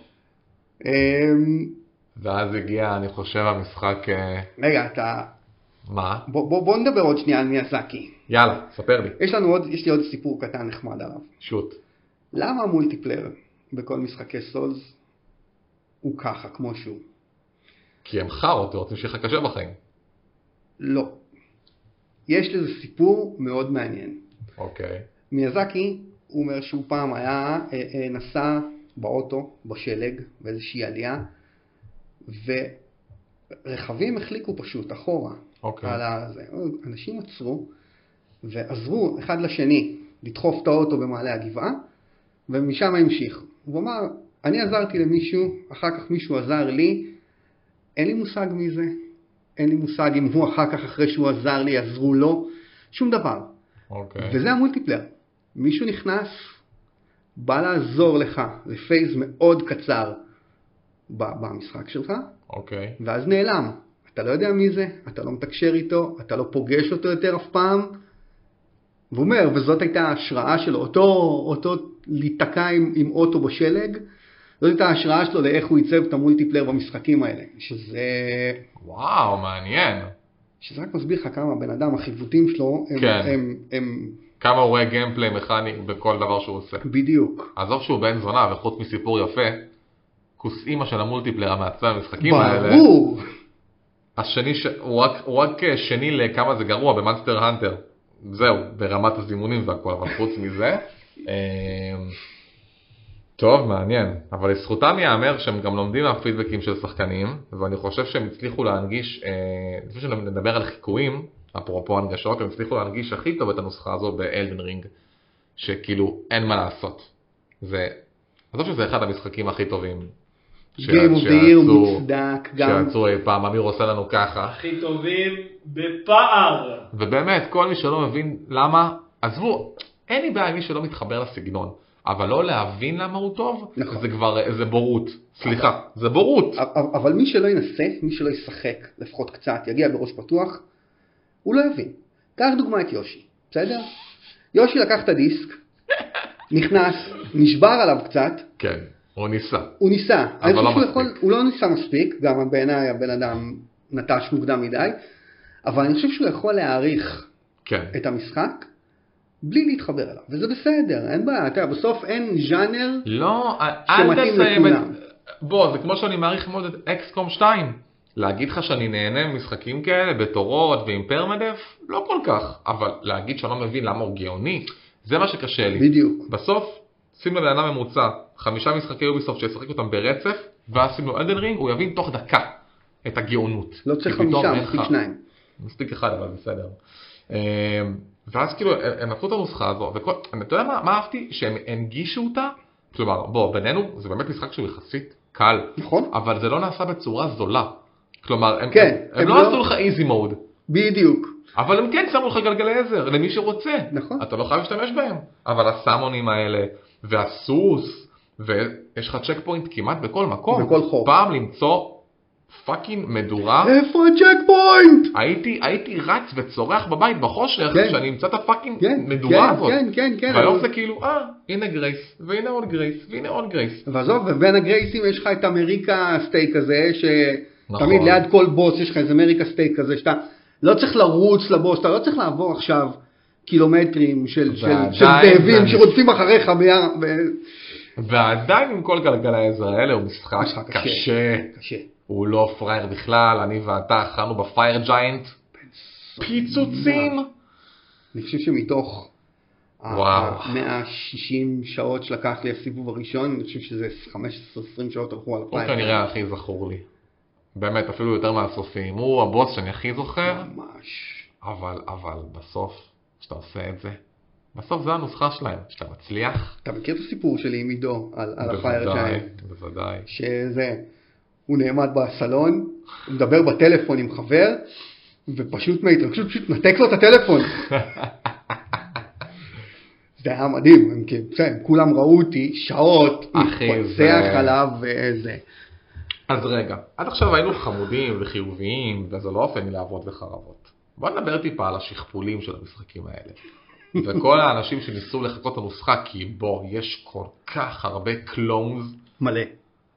[SPEAKER 1] אמ,
[SPEAKER 2] ואז הגיע, אני חושב, המשחק... אה,
[SPEAKER 1] רגע, אתה...
[SPEAKER 2] מה?
[SPEAKER 1] בוא, בוא, בוא נדבר עוד שנייה על מיאזקי.
[SPEAKER 2] יאללה, ספר לי.
[SPEAKER 1] יש לנו עוד, יש לי עוד סיפור קטן נחמד עליו.
[SPEAKER 2] שוט.
[SPEAKER 1] למה המולטיפלייר בכל משחקי סולס הוא ככה, כמו שהוא?
[SPEAKER 2] כי הם חארות, רוצים שיהיה לך קשה בחיים.
[SPEAKER 1] לא. יש לזה סיפור מאוד מעניין.
[SPEAKER 2] אוקיי.
[SPEAKER 1] מיאזקי, הוא אומר שהוא פעם היה, אה, אה, נסע באוטו, בשלג, באיזושהי עלייה, ורכבים החליקו פשוט אחורה.
[SPEAKER 2] אוקיי.
[SPEAKER 1] על ה... זה. אנשים עצרו ועזרו אחד לשני לדחוף את האוטו במעלה הגבעה, ומשם המשיך. הוא אמר, אני עזרתי למישהו, אחר כך מישהו עזר לי, אין לי מושג מי זה, אין לי מושג אם הוא אחר כך, אחרי שהוא עזר לי, עזרו לו, שום דבר.
[SPEAKER 2] אוקיי.
[SPEAKER 1] וזה המולטיפלייר. מישהו נכנס, בא לעזור לך לפייז מאוד קצר ב- במשחק שלך,
[SPEAKER 2] אוקיי.
[SPEAKER 1] ואז נעלם. אתה לא יודע מי זה, אתה לא מתקשר איתו, אתה לא פוגש אותו יותר אף פעם. והוא אומר, וזאת הייתה ההשראה שלו, אותו, אותו להיתקע עם, עם אוטו בשלג, זאת הייתה ההשראה שלו לאיך הוא עיצב את המולטיפלייר במשחקים האלה. שזה
[SPEAKER 2] וואו, מעניין.
[SPEAKER 1] שזה רק מסביר לך כמה הבן אדם, החיווטים שלו הם,
[SPEAKER 2] כן.
[SPEAKER 1] הם, הם,
[SPEAKER 2] כמה הוא רואה גיימפליי מכני בכל דבר שהוא עושה.
[SPEAKER 1] בדיוק.
[SPEAKER 2] עזוב שהוא בן זונה וחוץ מסיפור יפה, כוס אימא של המולטיפלייר המעצבן המשחקים האלה.
[SPEAKER 1] ברור.
[SPEAKER 2] השני, ש... הוא, רק, הוא רק אה, שני לכמה זה גרוע במאנסטר הנטר. זהו, ברמת הזימונים והכל, אבל חוץ מזה. אמ, טוב, מעניין. אבל לזכותם ייאמר שהם גם לומדים מהפידבקים של שחקנים, ואני חושב שהם הצליחו להנגיש, אה, לפני שנדבר על חיקויים, אפרופו הנגשות, הם הצליחו להנגיש הכי טוב את הנוסחה הזו באלדן רינג, שכאילו אין מה לעשות. זה, עזוב שזה אחד המשחקים הכי טובים.
[SPEAKER 1] Game of the Year
[SPEAKER 2] שיצאו-
[SPEAKER 1] מוצדק, גם
[SPEAKER 2] שיצאו אי פעם, אמיר עושה לנו ככה.
[SPEAKER 3] הכי טובים בפער.
[SPEAKER 2] ובאמת, כל מי שלא מבין למה, עזבו, אין לי בעיה עם מי שלא מתחבר לסגנון, אבל לא להבין למה הוא טוב,
[SPEAKER 1] נכון.
[SPEAKER 2] זה כבר, זה בורות. סליחה, זה בורות.
[SPEAKER 1] אבל אבל מי שלא ינסה, מי שלא ישחק, לפחות קצת, יגיע בראש פתוח, הוא לא יבין. קח דוגמא את יושי, בסדר? יושי לקח את הדיסק, נכנס, נשבר עליו קצת,
[SPEAKER 2] כן, הוא ניסה.
[SPEAKER 1] הוא ניסה. אני חושב
[SPEAKER 2] לא
[SPEAKER 1] שהוא
[SPEAKER 2] מספיק.
[SPEAKER 1] יכול, הוא לא ניסה מספיק, גם בעיניי הבן אדם נטש מוקדם מדי, אבל אני חושב שהוא יכול להעריך
[SPEAKER 2] כן,
[SPEAKER 1] את המשחק בלי להתחבר אליו, וזה בסדר, אין בעיה, אתה יודע, בסוף אין ז'אנר,
[SPEAKER 2] לא, אל
[SPEAKER 1] שמתאים
[SPEAKER 2] תסיים את...
[SPEAKER 1] לכולם.
[SPEAKER 2] בוא, זה כמו שאני מעריך מאוד את אקסקום 2. להגיד לך שאני נהנה ממשחקים כאלה בתורות ועם פרמדף? לא כל כך. אבל להגיד שאני לא מבין למה הוא גאוני? זה מה שקשה לי.
[SPEAKER 1] בדיוק.
[SPEAKER 2] בסוף, שים לבן אדם ממוצע, חמישה משחקי יוביסופט שישחק אותם ברצף, ואז שים לו אלדן רינג, הוא יבין תוך דקה את הגאונות.
[SPEAKER 1] לא צריך
[SPEAKER 2] כי פתאום
[SPEAKER 1] חמישה,
[SPEAKER 2] אין
[SPEAKER 1] מספיק
[SPEAKER 2] לך-
[SPEAKER 1] שניים.
[SPEAKER 2] מספיק אחד אבל בסדר. אמ, ואז כאילו הם- הם נתנו את הנוסחה הזו, וכל- אתה יודע מה- מה אהבתי? שהם הנגישו אותה, כלומר בוא בינינו זה באמת משחק שהוא יחסית קל,
[SPEAKER 1] נכון?
[SPEAKER 2] אבל זה לא נעשה בצורה זולה. כלומר הם-
[SPEAKER 1] כן,
[SPEAKER 2] הם- הם
[SPEAKER 1] הם
[SPEAKER 2] לא
[SPEAKER 1] לא-
[SPEAKER 2] עשו לך איזי מוד,
[SPEAKER 1] בדיוק.
[SPEAKER 2] אבל הם כן שמו לך גלגלי עזר למי שרוצה.
[SPEAKER 1] נכון.
[SPEAKER 2] אתה לא חייב להשתמש בהם. אבל הסמונים האלה, והסוס, ויש לך צ'ק פוינט כמעט בכל מקום.
[SPEAKER 1] בכל כן. חור.
[SPEAKER 2] פעם למצוא פאקינג מדורה.
[SPEAKER 1] איפה הצ'ק פוינט?
[SPEAKER 2] הייתי, הייתי רץ וצורח בבית בחושך,
[SPEAKER 1] כן.
[SPEAKER 2] שאני אמצא את הפאקינג
[SPEAKER 1] כן,
[SPEAKER 2] מדורה
[SPEAKER 1] כן,
[SPEAKER 2] הזאת.
[SPEAKER 1] כן, כן, כן.
[SPEAKER 2] והיום
[SPEAKER 1] אבל-
[SPEAKER 2] זה כאילו, אה, הנה גרייס, והנה עוד גרייס, והנה עוד גרייס.
[SPEAKER 1] ועזוב, ובין הגרייסים יש לך את אמריקה סטייק הזה,
[SPEAKER 2] נכון.
[SPEAKER 1] שתמיד ליד כל בוס יש לך איזה אמריקה סטייק כזה, שאתה לא צריך לרוץ לבוס, אתה לא צריך לעבור עכשיו קילומטרים של, של,
[SPEAKER 2] ועדיין
[SPEAKER 1] של
[SPEAKER 2] זה-
[SPEAKER 1] זאבים שרודפים אחריך ביער, ו-
[SPEAKER 2] ועדיין עם כל גלגל העזר האלה הוא משחק
[SPEAKER 1] משחק קשה.
[SPEAKER 2] קשה.
[SPEAKER 1] קשה.
[SPEAKER 2] הוא לא פראייר בכלל, אני ואתה אכלנו בפייר ג'יינט. פיצוצים!
[SPEAKER 1] אני חושב שמתוך ה-
[SPEAKER 2] וואו.
[SPEAKER 1] ה-160 שעות שלקח לי הסיבוב הראשון, אני חושב שזה 15-20 שעות הלכו על
[SPEAKER 2] הוא
[SPEAKER 1] הפלאי.
[SPEAKER 2] כנראה הכי זכור לי. באמת, אפילו יותר מהסופים. הוא הבוס שאני הכי זוכר,
[SPEAKER 1] ממש.
[SPEAKER 2] אבל, אבל, בסוף, כשאתה עושה את זה, בסוף זה הנוסחה שלהם, כשאתה מצליח.
[SPEAKER 1] אתה מכיר את הסיפור שלי עם עידו על, על הפייר
[SPEAKER 2] בוודאי,
[SPEAKER 1] ג'יינט?
[SPEAKER 2] בוודאי.
[SPEAKER 1] שזה, הוא נעמד בסלון, הוא מדבר בטלפון עם חבר, ופשוט מההתרגשות פשוט נתק לו את הטלפון. זה היה מדהים, הם כאילו, בסדר, הם כולם ראו אותי שעות,
[SPEAKER 2] אחי,
[SPEAKER 1] מתפצח
[SPEAKER 2] זה-
[SPEAKER 1] עליו וזה.
[SPEAKER 2] אז רגע, עד עכשיו היינו חמודים וחיוביים, וזה לא אופן לעבוד וחרבות. בוא נדבר טיפה על השכפולים של המשחקים האלה. וכל האנשים שניסו לחכות את הנוסחה, כי בוא, יש כל כך הרבה קלונס.
[SPEAKER 1] מלא.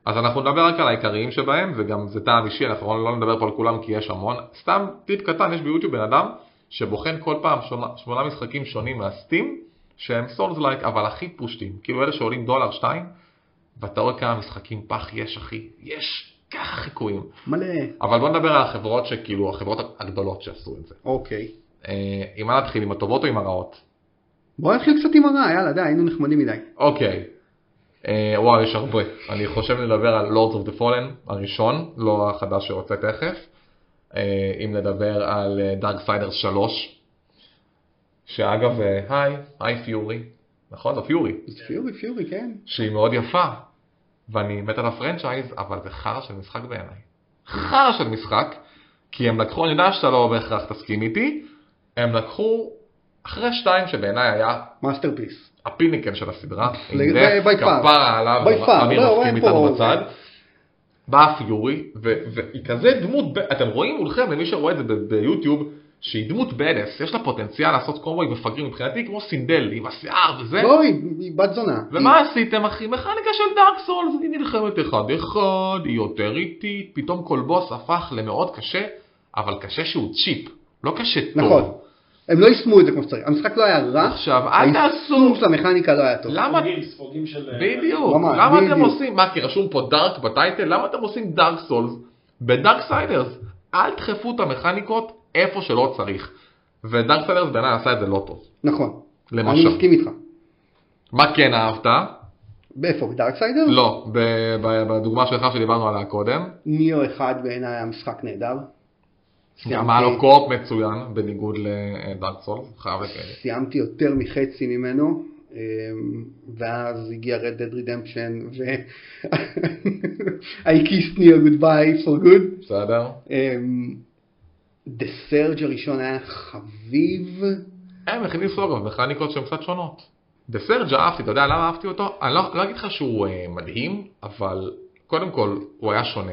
[SPEAKER 2] אז אנחנו נדבר רק על העיקריים שבהם, וגם זה טעם אישי, אנחנו לא נדבר פה על כולם כי יש המון. סתם טיפ קטן, יש ביוטיוב בן אדם שבוחן כל פעם שמונה, שמונה משחקים שונים מהסטים, שהם סולס לייק, אבל הכי פושטים. כאילו אלה שעולים דולר שתיים, ואתה רואה כמה משחקים פח יש, אחי. יש ככה חיקויים.
[SPEAKER 1] מלא.
[SPEAKER 2] אבל בוא נדבר על החברות שכאילו, החברות הגדולות שעשו את זה.
[SPEAKER 1] אוקיי.
[SPEAKER 2] אה, עם מה נתחיל, עם הטובות או עם הרעות?
[SPEAKER 1] בוא נתחיל קצת עם הרע, יאללה, די, היינו נחמדים מדי.
[SPEAKER 2] אוקיי. אה, וואו, יש הרבה. אני חושב לדבר על Lords of the Fallen הראשון, לא החדש שיוצא תכף. אה, אם נדבר על אה, דארק סיידרס 3, שאגב, אה, היי, היי פיורי, נכון? זו פיורי,
[SPEAKER 1] אז פיורי, פיורי, כן.
[SPEAKER 2] שהיא מאוד יפה, ואני מת על הפרנצ'ייז, אבל זה חרא של משחק בעיניי. חרא של משחק, כי הם לקחו, אני יודע שאתה לא בהכרח תסכים איתי, הם לקחו, אחרי שתיים שבעיניי היה
[SPEAKER 1] מאסטרפיס.
[SPEAKER 2] הפיניקל של הסדרה,
[SPEAKER 1] ל-
[SPEAKER 2] עם
[SPEAKER 1] ב-
[SPEAKER 2] זה,
[SPEAKER 1] by far.
[SPEAKER 2] כפרה עליו,
[SPEAKER 1] by far,
[SPEAKER 2] אמיר
[SPEAKER 1] לא,
[SPEAKER 2] מסכים
[SPEAKER 1] אין פה-
[SPEAKER 2] איתנו בצד. באה פיורי, ו- והיא כזה דמות, ב- אתם רואים מולכם, למי שרואה את זה ב- ביוטיוב, שהיא דמות בדס, יש לה פוטנציאל לעשות קומבוי מפגרים מבחינתי, כמו סינדל, עם השיער וזה.
[SPEAKER 1] לא, היא היא בת זונה.
[SPEAKER 2] ומה עשיתם אחי? מכניקה של דארק סולס, היא נלחמת אחד אחד, היא יותר איטית, פתאום כל בוס הפך למאוד קשה, אבל קשה שהוא צ'יפ, לא קשה טוב.
[SPEAKER 1] נכון. הם לא יישמו את זה כמו שצריך. המשחק לא היה רע,
[SPEAKER 2] עכשיו, אל תעשו,
[SPEAKER 1] היישום של המכניקה לא היה טוב.
[SPEAKER 2] למה,
[SPEAKER 3] ספוגים, ספוגים של... אה,
[SPEAKER 2] בדיוק,
[SPEAKER 1] ממש,
[SPEAKER 2] למה אתם
[SPEAKER 1] בדיוק.
[SPEAKER 2] עושים, מה כי רשום פה דארק בטייטל, למה אתם עושים דארק סולס בדארק סיידרס? אל תדחפו את המכניקות איפה שלא צריך. ודארק סיידרס בעיניי עשה את זה לא טוב.
[SPEAKER 1] נכון. אני
[SPEAKER 2] למשל.
[SPEAKER 1] מסכים איתך.
[SPEAKER 2] מה כן אהבת?
[SPEAKER 1] באיפה? דארקסיידר?
[SPEAKER 2] לא, ב- ב- בדוגמה שלך שדיברנו עליה קודם.
[SPEAKER 1] ניאו אחד בעיניי היה משחק נהדר. סיימתי-
[SPEAKER 2] אמר לו קו-אופ מצוין, בניגוד לדארק סולס, חייב לקרדיט.
[SPEAKER 1] סיימתי יותר מחצי ממנו, אמ, ואז הגיע Red Dead Redemption, ו... I kissed me a goodbye for good.
[SPEAKER 2] בסדר?
[SPEAKER 1] אמ, The Surge הראשון היה חביב,
[SPEAKER 2] הם הכניסו אגב מכניקות שהן קצת שונות. דה סרג' אהבתי, אתה יודע למה אהבתי אותו? אני לא, לא אגיד לך שהוא אה, מדהים, אבל קודם כל הוא היה שונה,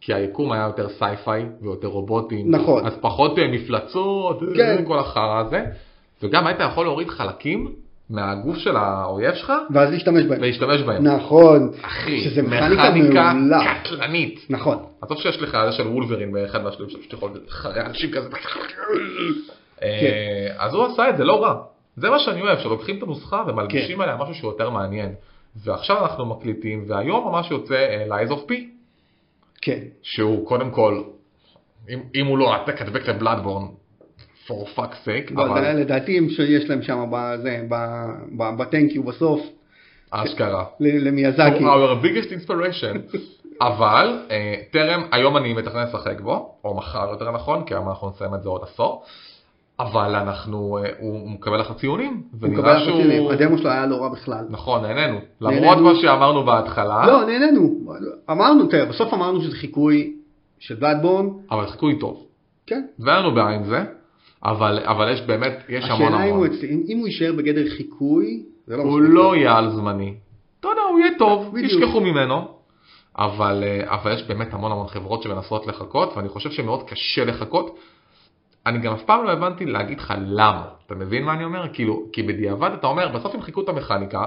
[SPEAKER 2] כי היקום היה יותר סייפיי ויותר רובוטים.
[SPEAKER 1] נכון.
[SPEAKER 2] אז פחות אה, מפלצות,
[SPEAKER 1] כן.
[SPEAKER 2] כן. כל החרא הזה. וגם היית יכול להוריד חלקים מהגוף של האויב שלך
[SPEAKER 1] ואז להשתמש בהם.
[SPEAKER 2] ולהשתמש בהם.
[SPEAKER 1] נכון,
[SPEAKER 2] אחי,
[SPEAKER 1] שזה מכניקה
[SPEAKER 2] מכניקה
[SPEAKER 1] מעולה.
[SPEAKER 2] קטלנית.
[SPEAKER 1] נכון,
[SPEAKER 2] עזוב שיש לך זה של וולברין באחד מהשלבים שלו, שאתה יכול אחרי אנשים כזה. אה, אז הוא עשה את זה לא רע. זה מה שאני אוהב, שלוקחים את הנוסחה ומלבישים עליה משהו שהוא יותר מעניין. ועכשיו אנחנו מקליטים, והיום ממש יוצא אה, לייז אוף פי,
[SPEAKER 1] כן.
[SPEAKER 2] שהוא קודם כל, אם אם הוא לא העתק הדבק לבלאדבורן, for fuck sake,
[SPEAKER 1] אבל
[SPEAKER 2] אבל
[SPEAKER 1] לדעתי הם שיש להם שם בזה, ב- ב- בטנקיו בסוף,
[SPEAKER 2] אשכרה.
[SPEAKER 1] ל-
[SPEAKER 2] הוא
[SPEAKER 1] למיאזקי.
[SPEAKER 2] our biggest inspiration. אבל אה, טרם, היום אני מתכנן לשחק בו, או מחר יותר נכון, כי היום אנחנו נסיים את זה עוד עשור, אבל אנחנו, אה, הוא הוא מקבל לך ציונים,
[SPEAKER 1] הוא מקבל
[SPEAKER 2] ונראה
[SPEAKER 1] אחלה ציונים.
[SPEAKER 2] שהוא...
[SPEAKER 1] הדמו שלו היה לא רע בכלל.
[SPEAKER 2] נכון, נהנינו.
[SPEAKER 1] נהנינו.
[SPEAKER 2] למרות מה שאמרנו בהתחלה,
[SPEAKER 1] לא, נהנינו. אמרנו, תראה, בסוף אמרנו שזה חיקוי של בלאדבורן,
[SPEAKER 2] אבל חיקוי טוב.
[SPEAKER 1] כן.
[SPEAKER 2] ואין לנו בעיה עם זה, אבל אבל יש באמת, יש המון
[SPEAKER 1] השאלה אם הוא
[SPEAKER 2] המון.
[SPEAKER 1] אצלי- אם- אם הוא יישאר בגדר חיקוי, זה לא
[SPEAKER 2] הוא
[SPEAKER 1] מספיק.
[SPEAKER 2] לא יהיה על זמני. אתה יודע, הוא יהיה טוב,
[SPEAKER 1] בדיוק.
[SPEAKER 2] ישכחו ממנו. אבל, אה, אבל יש באמת המון המון חברות שמנסות לחכות, ואני חושב שמאוד קשה לחכות. אני גם אף פעם לא הבנתי להגיד לך למה. אתה מבין מה אני אומר? כאילו, כי בדיעבד אתה אומר, בסוף הם חיכו את המכניקה,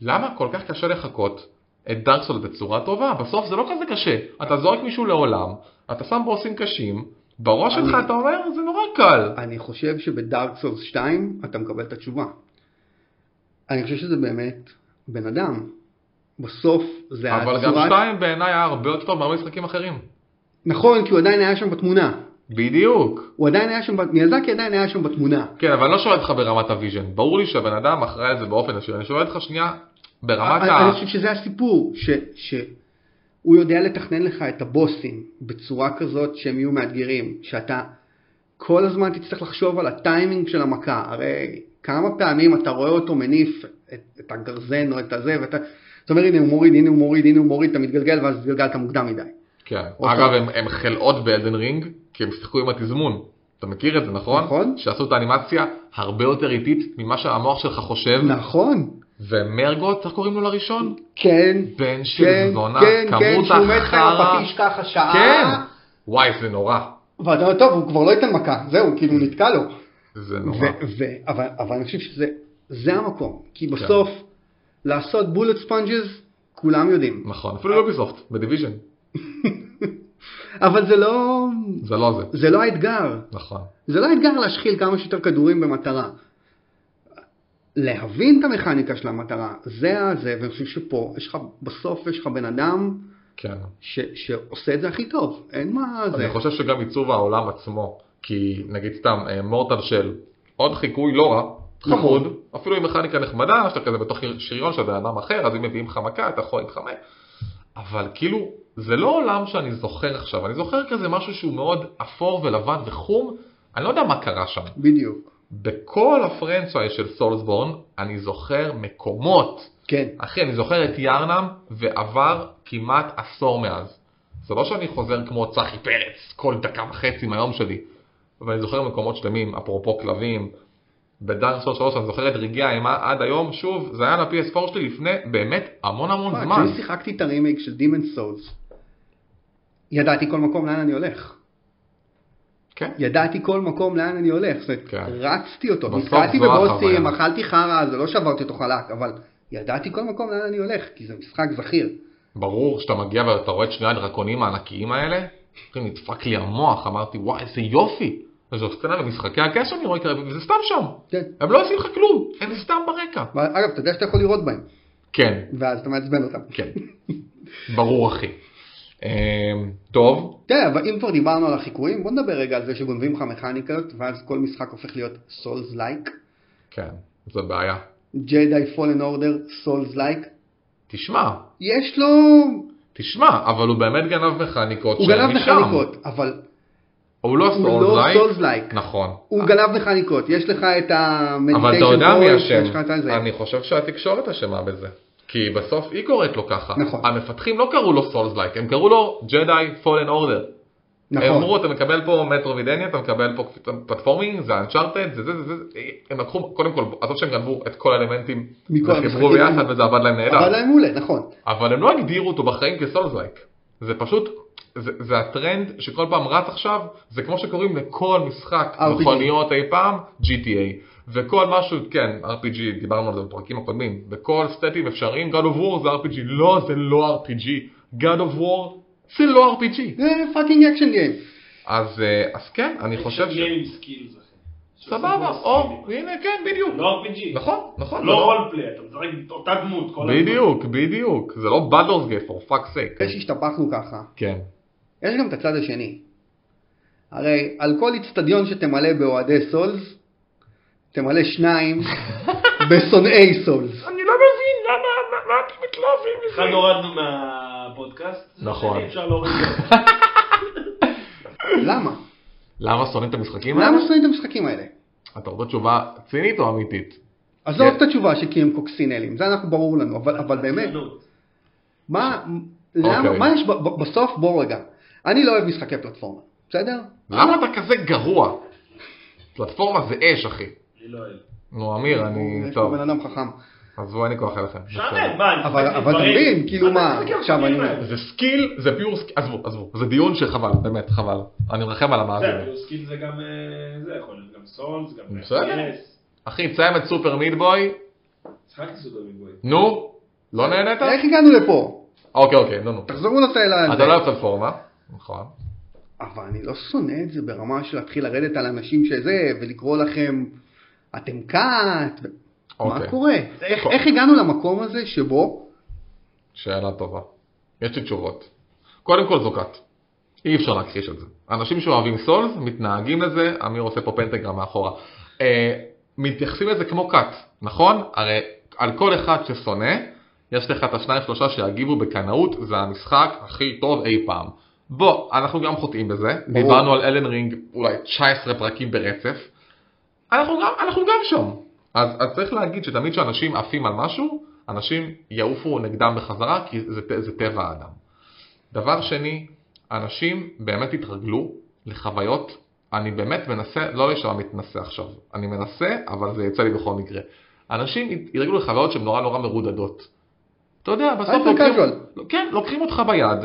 [SPEAKER 2] למה כל כך קשה לחכות את דארקסול בצורה טובה? בסוף זה לא כזה קשה. אתה זורק מישהו לעולם, אתה שם בוסים קשים, בראש
[SPEAKER 1] אני-
[SPEAKER 2] שלך אתה אומר, זה נורא קל.
[SPEAKER 1] אני חושב שבדארק סולס 2 אתה מקבל את התשובה. אני חושב שזה באמת בן אדם. בסוף זה
[SPEAKER 2] אבל גם שתיים בעיניי היה הרבה יותר טוב מהרבה משחקים אחרים.
[SPEAKER 1] נכון, כי הוא עדיין היה שם בתמונה.
[SPEAKER 2] בדיוק.
[SPEAKER 1] הוא עדיין היה שם, ב- מיאזקי עדיין היה שם בתמונה.
[SPEAKER 2] כן, אבל אני לא שואל אותך ברמת הוויז'ן. ברור לי שהבן אדם אחראי על זה באופן ישיר. אני שואל אותך שנייה, ברמת
[SPEAKER 1] אני
[SPEAKER 2] ה...
[SPEAKER 1] אני חושב שזה הסיפור, ש... ש... הוא יודע לתכנן לך את הבוסים בצורה כזאת שהם יהיו מאתגרים, שאתה כל הזמן תצטרך לחשוב על הטיימינג של המכה, הרי כמה פעמים אתה רואה אותו מניף את, את הגרזן או את הזה, ואתה אתה אומר הנה הוא מוריד, הנה הוא מוריד, הנה הוא מוריד, אתה מתגלגל ואז התגלגלת מוקדם מדי.
[SPEAKER 2] כן.
[SPEAKER 1] אוקיי.
[SPEAKER 2] אגב, הם- הם חלאות באלדן רינג, כי הם שיחקו עם התזמון. אתה מכיר את זה, נכון?
[SPEAKER 1] נכון.
[SPEAKER 2] שעשו את האנימציה הרבה יותר איטית ממה שהמוח שלך חושב.
[SPEAKER 1] נכון,
[SPEAKER 2] ומרגוט, איך קוראים לו לראשון?
[SPEAKER 1] כן,
[SPEAKER 2] בן של
[SPEAKER 1] כן,
[SPEAKER 2] זונה.
[SPEAKER 1] כן, כן,
[SPEAKER 2] כמות
[SPEAKER 1] שהוא מת לך עם
[SPEAKER 2] החרא.
[SPEAKER 1] הפטיש ככה שעה,
[SPEAKER 2] כן. וואי, זה נורא.
[SPEAKER 1] ואתה אומר טוב הוא כבר לא ייתן מכה, זהו, כאילו נתקע לו.
[SPEAKER 2] זה
[SPEAKER 1] ו-
[SPEAKER 2] נורא.
[SPEAKER 1] ו- אבל, אבל אני חושב שזה זה המקום, כי
[SPEAKER 2] כן.
[SPEAKER 1] בסוף לעשות בולט ספונג'ס כולם יודעים,
[SPEAKER 2] נכון. אפילו יוביסופט, בדיוויז'ן.
[SPEAKER 1] אבל זה לא,
[SPEAKER 2] זה לא זה.
[SPEAKER 1] זה לא האתגר,
[SPEAKER 2] נכון.
[SPEAKER 1] זה לא האתגר להשחיל כמה שיותר כדורים במטרה. להבין את המכניקה של המטרה, זה ה- זה, ואני חושב שפה יש לך, בסוף יש לך בן אדם
[SPEAKER 2] כן.
[SPEAKER 1] ש, שעושה את זה הכי טוב, אין מה זה.
[SPEAKER 2] אני חושב שגם עיצוב העולם עצמו, כי נגיד סתם אה, מורטל של עוד חיקוי לא רע, חמוד, אפילו עם מכניקה נחמדה, שאתה כזה בתוך שריון של בן אדם אחר, אז אם מביאים לך מכה אתה יכול להתחמק, אבל כאילו זה לא עולם שאני זוכר עכשיו, אני זוכר כזה משהו שהוא מאוד אפור ולבן וחום, אני לא יודע מה קרה שם.
[SPEAKER 1] בדיוק,
[SPEAKER 2] בכל הפרנצ'ייז של סולסבורן אני זוכר מקומות,
[SPEAKER 1] כן,
[SPEAKER 2] אחי אני זוכר את ירנם ועבר כמעט עשור מאז. זה לא שאני חוזר כמו צחי פרץ כל דקה וחצי מהיום שלי, אבל אני זוכר מקומות שלמים, אפרופו כלבים, בדארק סול 3 אני זוכר את רגעי האימה עד היום, שוב, זה היה על ה-PS4 שלי לפני באמת המון המון
[SPEAKER 1] מה,
[SPEAKER 2] זמן.
[SPEAKER 1] כשאני שיחקתי את הרימייק של דימן סולס, ידעתי כל מקום לאן אני הולך.
[SPEAKER 2] כן.
[SPEAKER 1] ידעתי כל מקום לאן אני הולך, זאת אומרת,
[SPEAKER 2] כן.
[SPEAKER 1] רצתי אותו,
[SPEAKER 2] בסוף
[SPEAKER 1] נתקעתי
[SPEAKER 2] זו
[SPEAKER 1] בבוסים,
[SPEAKER 2] החוויה.
[SPEAKER 1] אכלתי חרא, זה לא שברתי אותו חלק, אבל ידעתי כל מקום לאן אני הולך, כי זה משחק זכיר.
[SPEAKER 2] ברור שאתה מגיע ואתה רואה את שני הדרקונים הענקיים האלה, אחי, נדפק לי המוח, אמרתי וואי איזה יופי. עכשיו סצנה במשחקי הקשר אני רואה כרגע, וזה סתם שם.
[SPEAKER 1] כן.
[SPEAKER 2] הם לא עושים לך כלום, הם סתם ברקע.
[SPEAKER 1] אבל, אגב, אתה יודע שאתה יכול לראות בהם,
[SPEAKER 2] כן,
[SPEAKER 1] ואז אתה מעצבן אותם.
[SPEAKER 2] כן. ברור אחי. אמ, טוב,
[SPEAKER 1] תראה, אבל אם כבר דיברנו על החיקויים, בוא נדבר רגע על זה שגונבים לך מכניקות, ואז כל משחק הופך להיות סולס לייק.
[SPEAKER 2] כן, זו בעיה.
[SPEAKER 1] ג'די פולן אורדר, סולס לייק.
[SPEAKER 2] תשמע,
[SPEAKER 1] יש לו...
[SPEAKER 2] תשמע, אבל הוא באמת גנב מכניקות
[SPEAKER 1] הוא
[SPEAKER 2] שהן
[SPEAKER 1] גנב
[SPEAKER 2] משם.
[SPEAKER 1] מכניקות, אבל
[SPEAKER 2] הוא לא
[SPEAKER 1] הוא לא סולס
[SPEAKER 2] סולס
[SPEAKER 1] לייק.
[SPEAKER 2] לייק. נכון.
[SPEAKER 1] הוא גנב מכניקות, יש לך את המדיטיישן
[SPEAKER 2] אבל אתה יודע מי
[SPEAKER 1] יש לך את
[SPEAKER 2] אשם,
[SPEAKER 1] הזה.
[SPEAKER 2] אני חושב שהתקשורת אשמה בזה. כי בסוף היא קוראת לו ככה.
[SPEAKER 1] נכון.
[SPEAKER 2] המפתחים לא קראו לו סולס לייק, הם קראו לו ג'די פולן אורדר. הם אמרו
[SPEAKER 1] נכון,
[SPEAKER 2] אתה מקבל פה מטרובידניה, אתה מקבל פה קפיצה פלטפורמינג, זה אנצ'ארטד, זה זה זה זה, הם לקחו, קודם כל, עזוב שהם גנבו את כל האלמנטים,
[SPEAKER 1] מכל
[SPEAKER 2] וחיברו
[SPEAKER 1] המשחקים.
[SPEAKER 2] ביחד וזה עבד להם נהדר.
[SPEAKER 1] אבל הם מעולה, נכון.
[SPEAKER 2] אבל הם לא הגדירו אותו בחיים כסולזייק. זה פשוט, זה, זה הטרנד שכל פעם רץ עכשיו, זה כמו שקוראים לכל משחק
[SPEAKER 1] RPG.
[SPEAKER 2] מכוניות אי פעם, GTA. וכל משהו, כן, RPG, דיברנו על זה בפרקים הקודמים, בכל סטטים אפשריים, God of War זה RPG, לא, זה לא RPG, God of War זה לא RPG.
[SPEAKER 1] זה פאקינג אקשן גיים.
[SPEAKER 2] אז, אה, אז כן, אני חושב ש...
[SPEAKER 3] גיים סקילס אחי.
[SPEAKER 2] סבבה, או, הנה, כן, בדיוק.
[SPEAKER 3] לא RPG.
[SPEAKER 2] נכון, נכון.
[SPEAKER 3] לא
[SPEAKER 2] זה
[SPEAKER 3] רולפליי, אתה משחק את אותה דמות. כל הזמן.
[SPEAKER 2] בדיוק, בדיוק. זה לא בדלורס גייט, for fuck's sake.
[SPEAKER 1] אחרי שהשתפכנו ככה,
[SPEAKER 2] כן.
[SPEAKER 1] יש גם את הצד השני. הרי על כל איצטדיון שתמלא באוהדי סולס, תמלא שניים בשונאי סולס.
[SPEAKER 2] אני לא מבין למה, מה- מה אתם מתלהבים
[SPEAKER 3] אחד הורדנו מהפודקאסט. זה
[SPEAKER 2] נכון.
[SPEAKER 3] שני, אפשר להוריד את זה.
[SPEAKER 1] למה?
[SPEAKER 2] למה שונאים את המשחקים האלה?
[SPEAKER 1] למה שונאים את המשחקים האלה?
[SPEAKER 2] אתה רוצה תשובה צינית או אמיתית?
[SPEAKER 1] עזוב
[SPEAKER 2] כן.
[SPEAKER 1] את התשובה שכי הם קוקסינלים, זה אנחנו ברור לנו, אבל, אבל באמת,
[SPEAKER 3] חנות.
[SPEAKER 1] מה, למה,
[SPEAKER 2] אוקיי.
[SPEAKER 1] מה יש ב- ב- בסוף, בוא רגע, אני לא אוהב משחקי פלטפורמה, בסדר?
[SPEAKER 2] למה אתה כזה גרוע? פלטפורמה זה אש, אחי.
[SPEAKER 3] אני לא אוהב.
[SPEAKER 2] נו, אמיר, אני...
[SPEAKER 1] יש פה
[SPEAKER 2] טוב,
[SPEAKER 1] בן אדם חכם,
[SPEAKER 2] עזבו, אין לי כוח אליכם.
[SPEAKER 3] משעמם,
[SPEAKER 2] בסדר.
[SPEAKER 3] מה, אני
[SPEAKER 1] אבל-
[SPEAKER 3] משחק
[SPEAKER 1] אבל
[SPEAKER 3] דברים?
[SPEAKER 1] תבין, כאילו
[SPEAKER 3] אתה
[SPEAKER 1] מה,
[SPEAKER 3] משחק עם
[SPEAKER 1] עכשיו אני-
[SPEAKER 3] הסקילים האלה.
[SPEAKER 2] זה סקיל, זה פיור סקיל, עזבו, עזבו, זה דיון שחבל, באמת, חבל. אני מרחם על
[SPEAKER 3] זה,
[SPEAKER 2] המאזינים.
[SPEAKER 3] כאילו סקיל זה גם, אה, זה יכול להיות גם סולס, גם
[SPEAKER 2] בסדר.
[SPEAKER 3] FPS.
[SPEAKER 2] אחי, תסיים את סופר מידבוי,
[SPEAKER 3] משחקתי סופר מידבוי.
[SPEAKER 2] נו, לא נהנית?
[SPEAKER 1] איך הגענו לפה?
[SPEAKER 2] אוקיי, אוקיי, נו, נו.
[SPEAKER 1] תחזרו לשאלה
[SPEAKER 2] אתה
[SPEAKER 1] הזאת.
[SPEAKER 2] לא אוהב פלטפורמה, נכון.
[SPEAKER 1] אבל אני לא שונא את זה ברמה של להתחיל לרדת על אנשים שזה, ולקרוא לכם, אתם כת, ו- מה
[SPEAKER 2] אוקיי.
[SPEAKER 1] קורה? איך-
[SPEAKER 2] טוב.
[SPEAKER 1] איך הגענו למקום הזה שבו,
[SPEAKER 2] שאלה טובה. יש לי תשובות. קודם כל זו כת. אי אפשר להכחיש את זה. אנשים שאוהבים סולס מתנהגים לזה, אמיר עושה פה פנטגרם מאחורה. אה, מתייחסים לזה כמו כת, נכון? הרי על כל אחד ששונא, יש לך את השניים שלושה שיגיבו בקנאות, זה המשחק הכי טוב אי פעם. בוא, אנחנו גם חוטאים בזה,
[SPEAKER 1] ברור.
[SPEAKER 2] דיברנו על אלן רינג אולי 19 פרקים ברצף, אנחנו גם, אנחנו גם שם. אז, אז צריך להגיד שתמיד כשאנשים עפים על משהו, אנשים יעופו נגדם בחזרה, כי זה, ט- זה טבע האדם. דבר שני, אנשים באמת התרגלו לחוויות, אני באמת מנסה, לא להישמע מתנשא עכשיו, אני מנסה, אבל זה יצא לי בכל מקרה. אנשים הת- התרגלו לחוויות שהן נורא נורא מרודדות. אתה יודע, בסוף
[SPEAKER 1] Hyper casual.
[SPEAKER 2] כן, לוקחים אותך ביד.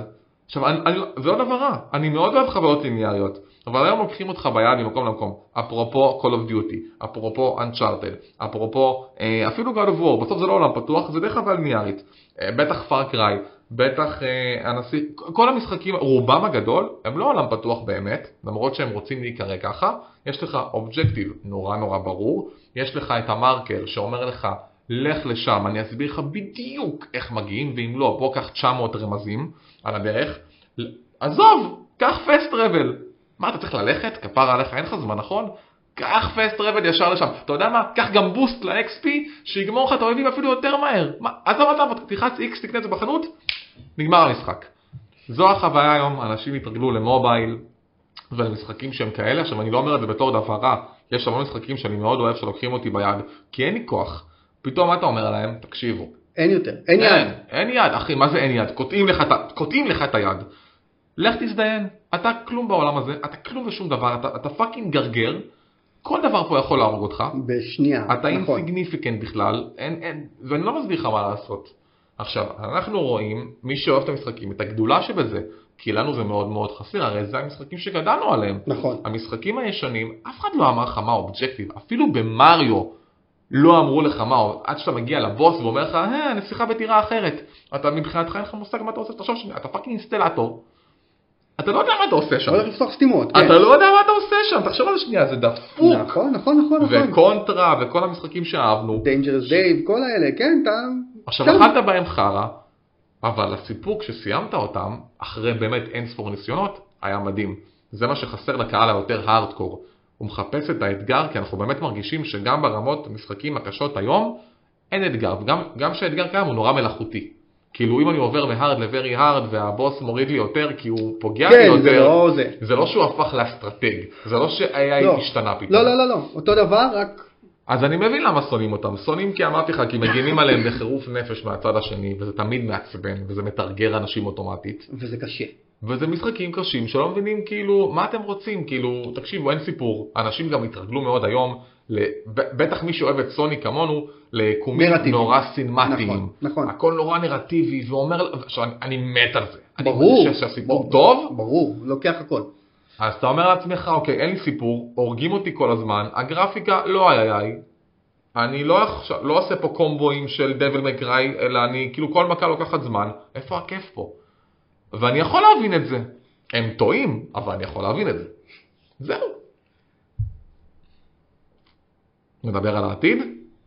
[SPEAKER 2] עכשיו, אני, אני, זה לא דבר רע, אני מאוד אוהב חוויות ליניאריות, אבל היום לוקחים אותך ביד ממקום למקום, אפרופו Call of Duty, אפרופו Uncharted, אפרופו אה, אפילו God of War, בסוף זה לא עולם פתוח, זה די חוויה ליניארית, אה, בטח Far Cry, בטח אה, הנשיא, כל המשחקים, רובם הגדול, הם לא עולם פתוח באמת, למרות שהם רוצים להיקרא ככה, יש לך אובג'קטיב נורא נורא ברור, יש לך את המרקר שאומר לך, לך לשם, אני אסביר לך בדיוק איך מגיעים, ואם לא, בוא קח 900 רמזים על הדרך, ל- עזוב, קח פסט טראבל. מה, אתה צריך ללכת? כפרה עליך, אין לך זמן, נכון? קח פסט טראבל ישר לשם. אתה יודע מה? קח גם בוסט ל-XP, שיגמור לך את האויבים אפילו יותר מהר. מה, עזוב אתה, תלחץ X, תקנה את זה בחנות, נגמר המשחק. זו החוויה היום, אנשים התרגלו למובייל ולמשחקים שהם כאלה, עכשיו אני לא אומר את זה בתור דבר רע, יש המון משחקים שאני מאוד אוהב שלוקחים אותי ביד, כי אין לי כוח. פתאום מה אתה אומר להם? תקשיבו,
[SPEAKER 1] אין יותר, אין יד.
[SPEAKER 2] אין, אין יד, אחי, מה זה אין יד? קוטעים לך, את- קוטעים לך את היד. לך תזדיין, אתה כלום בעולם הזה, אתה כלום ושום דבר, אתה, אתה פאקינג גרגר, כל דבר פה יכול להרוג אותך,
[SPEAKER 1] בשנייה,
[SPEAKER 2] אתה
[SPEAKER 1] נכון.
[SPEAKER 2] אינסיגניפיקנט בכלל, אין, אין, ואני לא מסביר לך מה לעשות. עכשיו, אנחנו רואים, מי שאוהב את המשחקים, את הגדולה שבזה, כי לנו זה מאוד מאוד חסר, הרי זה המשחקים שגדלנו עליהם.
[SPEAKER 1] נכון.
[SPEAKER 2] המשחקים הישנים, אף אחד לא אמר לך מה האובג'קטיב, אפילו במריו לא אמרו לך מה, עד שאתה מגיע לבוס ואומר לך, אה, נסיכה בטירה אחרת. אתה מבחינתך אין לך מושג מה אתה עושה, תחשוב שאתה פאקינג אינסטלטור, אתה לא יודע מה אתה עושה שם.
[SPEAKER 1] הולך לפתוח סתימות. כן.
[SPEAKER 2] אתה לא יודע מה אתה עושה שם, תחשוב על שנייה, זה דפוק.
[SPEAKER 1] נכון, נכון, נכון, נכון.
[SPEAKER 2] וקונטרה וכל המשחקים שאהבנו.
[SPEAKER 1] Dangerous Dave, כל האלה, כן, אתה...
[SPEAKER 2] עכשיו
[SPEAKER 1] בסדר.
[SPEAKER 2] אכלת בהם חרא, אבל הסיפוק שסיימת אותם, אחרי באמת אין ספור ניסיונות, היה מדהים. זה מה שחסר לקהל היותר הארדקור. הוא מחפש את האתגר, כי אנחנו באמת מרגישים שגם ברמות המשחקים הקשות היום, אין אתגר. וגם גם כשהאתגר קיים הוא נורא מלאכותי. כאילו אם אני עובר מהארד לוורי הארד והבוס מוריד לי יותר כי הוא פוגע לי
[SPEAKER 1] כן,
[SPEAKER 2] יותר,
[SPEAKER 1] זה לא זה.
[SPEAKER 2] זה לא שהוא הפך לאסטרטג, זה לא שה-AI
[SPEAKER 1] לא.
[SPEAKER 2] השתנה פתאום.
[SPEAKER 1] לא, לא, לא, לא, אותו דבר, רק...
[SPEAKER 2] אז אני מבין למה שונאים אותם. שונאים כי אמרתי לך, כי מגינים עליהם בחירוף נפש מהצד השני, וזה תמיד מעצבן, וזה מתרגר אנשים אוטומטית.
[SPEAKER 1] וזה קשה.
[SPEAKER 2] וזה משחקים קשים שלא מבינים כאילו, מה אתם רוצים? כאילו, תקשיבו, אין סיפור. אנשים גם התרגלו מאוד היום, לב- בטח מי שאוהב את סוני כמונו, לקומים
[SPEAKER 1] נרטיבים.
[SPEAKER 2] נורא סינמטיים.
[SPEAKER 1] נכון, נכון.
[SPEAKER 2] הכל נורא נרטיבי, ואומר, עכשיו, אני- אני מת על זה.
[SPEAKER 1] ברור.
[SPEAKER 2] אני חושב שהסיפור
[SPEAKER 1] ברור.
[SPEAKER 2] טוב,
[SPEAKER 1] ברור, לוקח הכל.
[SPEAKER 2] אז אתה אומר לעצמך, אוקיי, אין לי סיפור, הורגים אותי כל הזמן, הגרפיקה לא איי איי. אני לא, עכשיו, לא עושה פה קומבואים של דבל מקראי, אלא אני, כאילו כל מכה לוקחת זמן, איפה הכיף פה? ואני יכול להבין את זה. הם טועים, אבל אני יכול להבין את זה. זהו. נדבר על העתיד,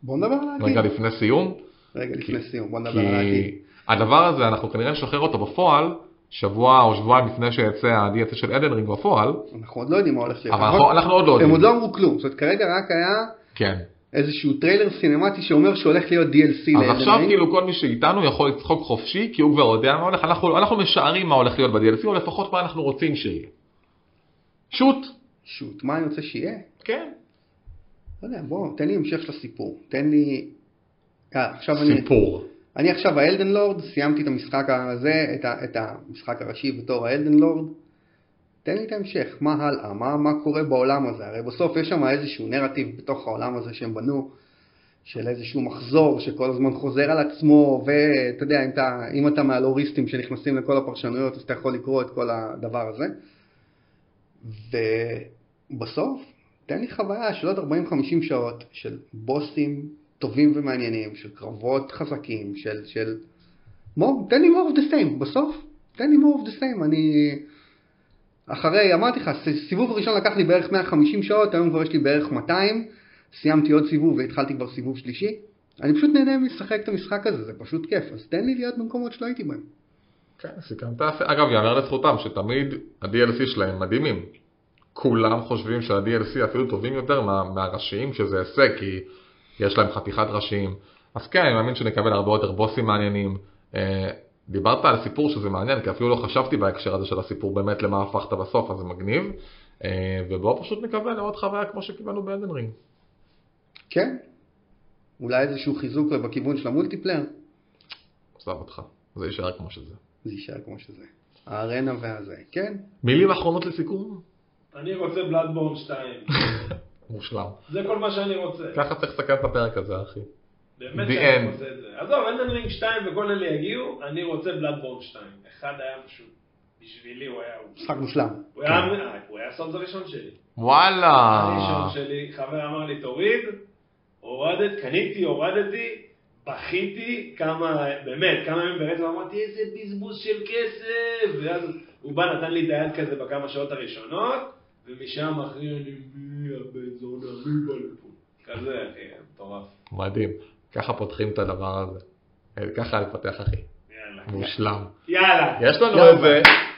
[SPEAKER 1] בוא נדבר על העתיד.
[SPEAKER 2] רגע לפני סיום,
[SPEAKER 1] רגע לפני סיום, בוא אוקיי. נדבר על העתיד.
[SPEAKER 2] כי הדבר הזה, אנחנו כנראה נשחרר אותו בפועל, שבוע או שבועיים לפני שיצא ה-DLC של אדנרינג בפועל,
[SPEAKER 1] אנחנו עוד לא יודעים מה הולך להיות.
[SPEAKER 2] אבל אנחנו- אנחנו עוד לא
[SPEAKER 1] הם
[SPEAKER 2] יודעים.
[SPEAKER 1] עוד לא אמרו כלום, זאת אומרת כרגע רק היה
[SPEAKER 2] כן.
[SPEAKER 1] איזשהו טריילר סינמטי שאומר שהולך להיות DLC
[SPEAKER 2] אז עכשיו
[SPEAKER 1] לאלדן רינג.
[SPEAKER 2] כאילו כל מי שאיתנו יכול לצחוק חופשי כי הוא כבר יודע מה הולך, אנחנו, אנחנו משערים מה הולך להיות ב-DLC או לפחות מה אנחנו רוצים שיהיה. שוט.
[SPEAKER 1] שוט, מה אני רוצה שיהיה?
[SPEAKER 2] כן.
[SPEAKER 1] לא יודע, בוא, תן לי המשך לסיפור. תן לי... אה, עכשיו אני...
[SPEAKER 2] סיפור.
[SPEAKER 1] אני עכשיו האלדן לורד, סיימתי את המשחק הזה, את, ה, את המשחק הראשי בתור האלדן לורד. תן לי את ההמשך, מה הלאה, מה, מה קורה בעולם הזה, הרי בסוף יש שם איזשהו נרטיב בתוך העולם הזה שהם בנו, של איזשהו מחזור שכל הזמן חוזר על עצמו, ואתה יודע, אם אתה, אם אתה מהלוריסטים שנכנסים לכל הפרשנויות, אז אתה יכול לקרוא את כל הדבר הזה. ובסוף, תן לי חוויה של עוד 40-50 שעות של בוסים טובים ומעניינים, של קרבות חזקים, של... של... more, תן לי more of the same, בסוף, תן לי more of the same, אני... אחרי, אמרתי לך, ס- סיבוב ראשון לקח לי בערך 150 שעות, היום כבר יש לי בערך 200, סיימתי עוד סיבוב והתחלתי כבר סיבוב שלישי. אני פשוט נהנה מלשחק את המשחק הזה, זה פשוט כיף, אז תן לי להיות במקומות שלא הייתי בהם.
[SPEAKER 2] כן, סיכמת יפה. אגב, יאמר לזכותם שתמיד ה-DLC שלהם מדהימים. כולם חושבים שה-DLC אפילו טובים יותר מה, מהראשיים שזה הישג כי יש להם חתיכת ראשיים. אז כן, אני מאמין שנקבל הרבה יותר בוסים מעניינים. אה, דיברת על סיפור שזה מעניין, כי אפילו לא חשבתי בהקשר הזה של הסיפור באמת למה הפכת בסוף, אז זה מגניב. אה, ובואו פשוט נקווה לעוד חוויה כמו שקיבלנו באלדן רינג.
[SPEAKER 1] כן? אולי איזשהו חיזוק בכיוון של המולטיפלייר?
[SPEAKER 2] עזב אותך, זה יישאר כמו שזה.
[SPEAKER 1] זה יישאר כמו שזה. הארנה והזה, כן?
[SPEAKER 2] מילים אחרונות לסיכום?
[SPEAKER 3] אני רוצה בלאדבורן 2.
[SPEAKER 2] מושלם.
[SPEAKER 3] זה כל מה שאני רוצה.
[SPEAKER 2] ככה צריך לסכם את הפרק הזה, אחי.
[SPEAKER 3] באמת
[SPEAKER 2] The
[SPEAKER 3] שאני
[SPEAKER 2] end.
[SPEAKER 3] רוצה את זה. עזוב, אלדן רינג 2 וכל אלה יגיעו, אני רוצה בלאדבורן 2. אחד היה פשוט, בשבילי הוא היה הוא.
[SPEAKER 1] משחק מושלם.
[SPEAKER 3] הוא היה- אה, הוא היה הסוד הראשון שלי.
[SPEAKER 2] וואלה.
[SPEAKER 3] הראשון שלי, חבר אמר לי תוריד, הורדת, קניתי, הורדתי, בכיתי כמה, באמת, כמה ימים ברצף אמרתי איזה בזבוז של כסף, ואז הוא בא נתן לי את היד כזה בכמה שעות הראשונות, ומשם אחי אני מי הבן זונה, מי בא לפה, כזה אחי, מטורף,
[SPEAKER 2] מדהים. ככה פותחים את הדבר הזה. אה, ככה לפתח אחי.
[SPEAKER 3] יאללה,
[SPEAKER 2] מושלם.
[SPEAKER 3] יאללה,
[SPEAKER 2] יש לנו
[SPEAKER 1] יאללה.
[SPEAKER 2] איזה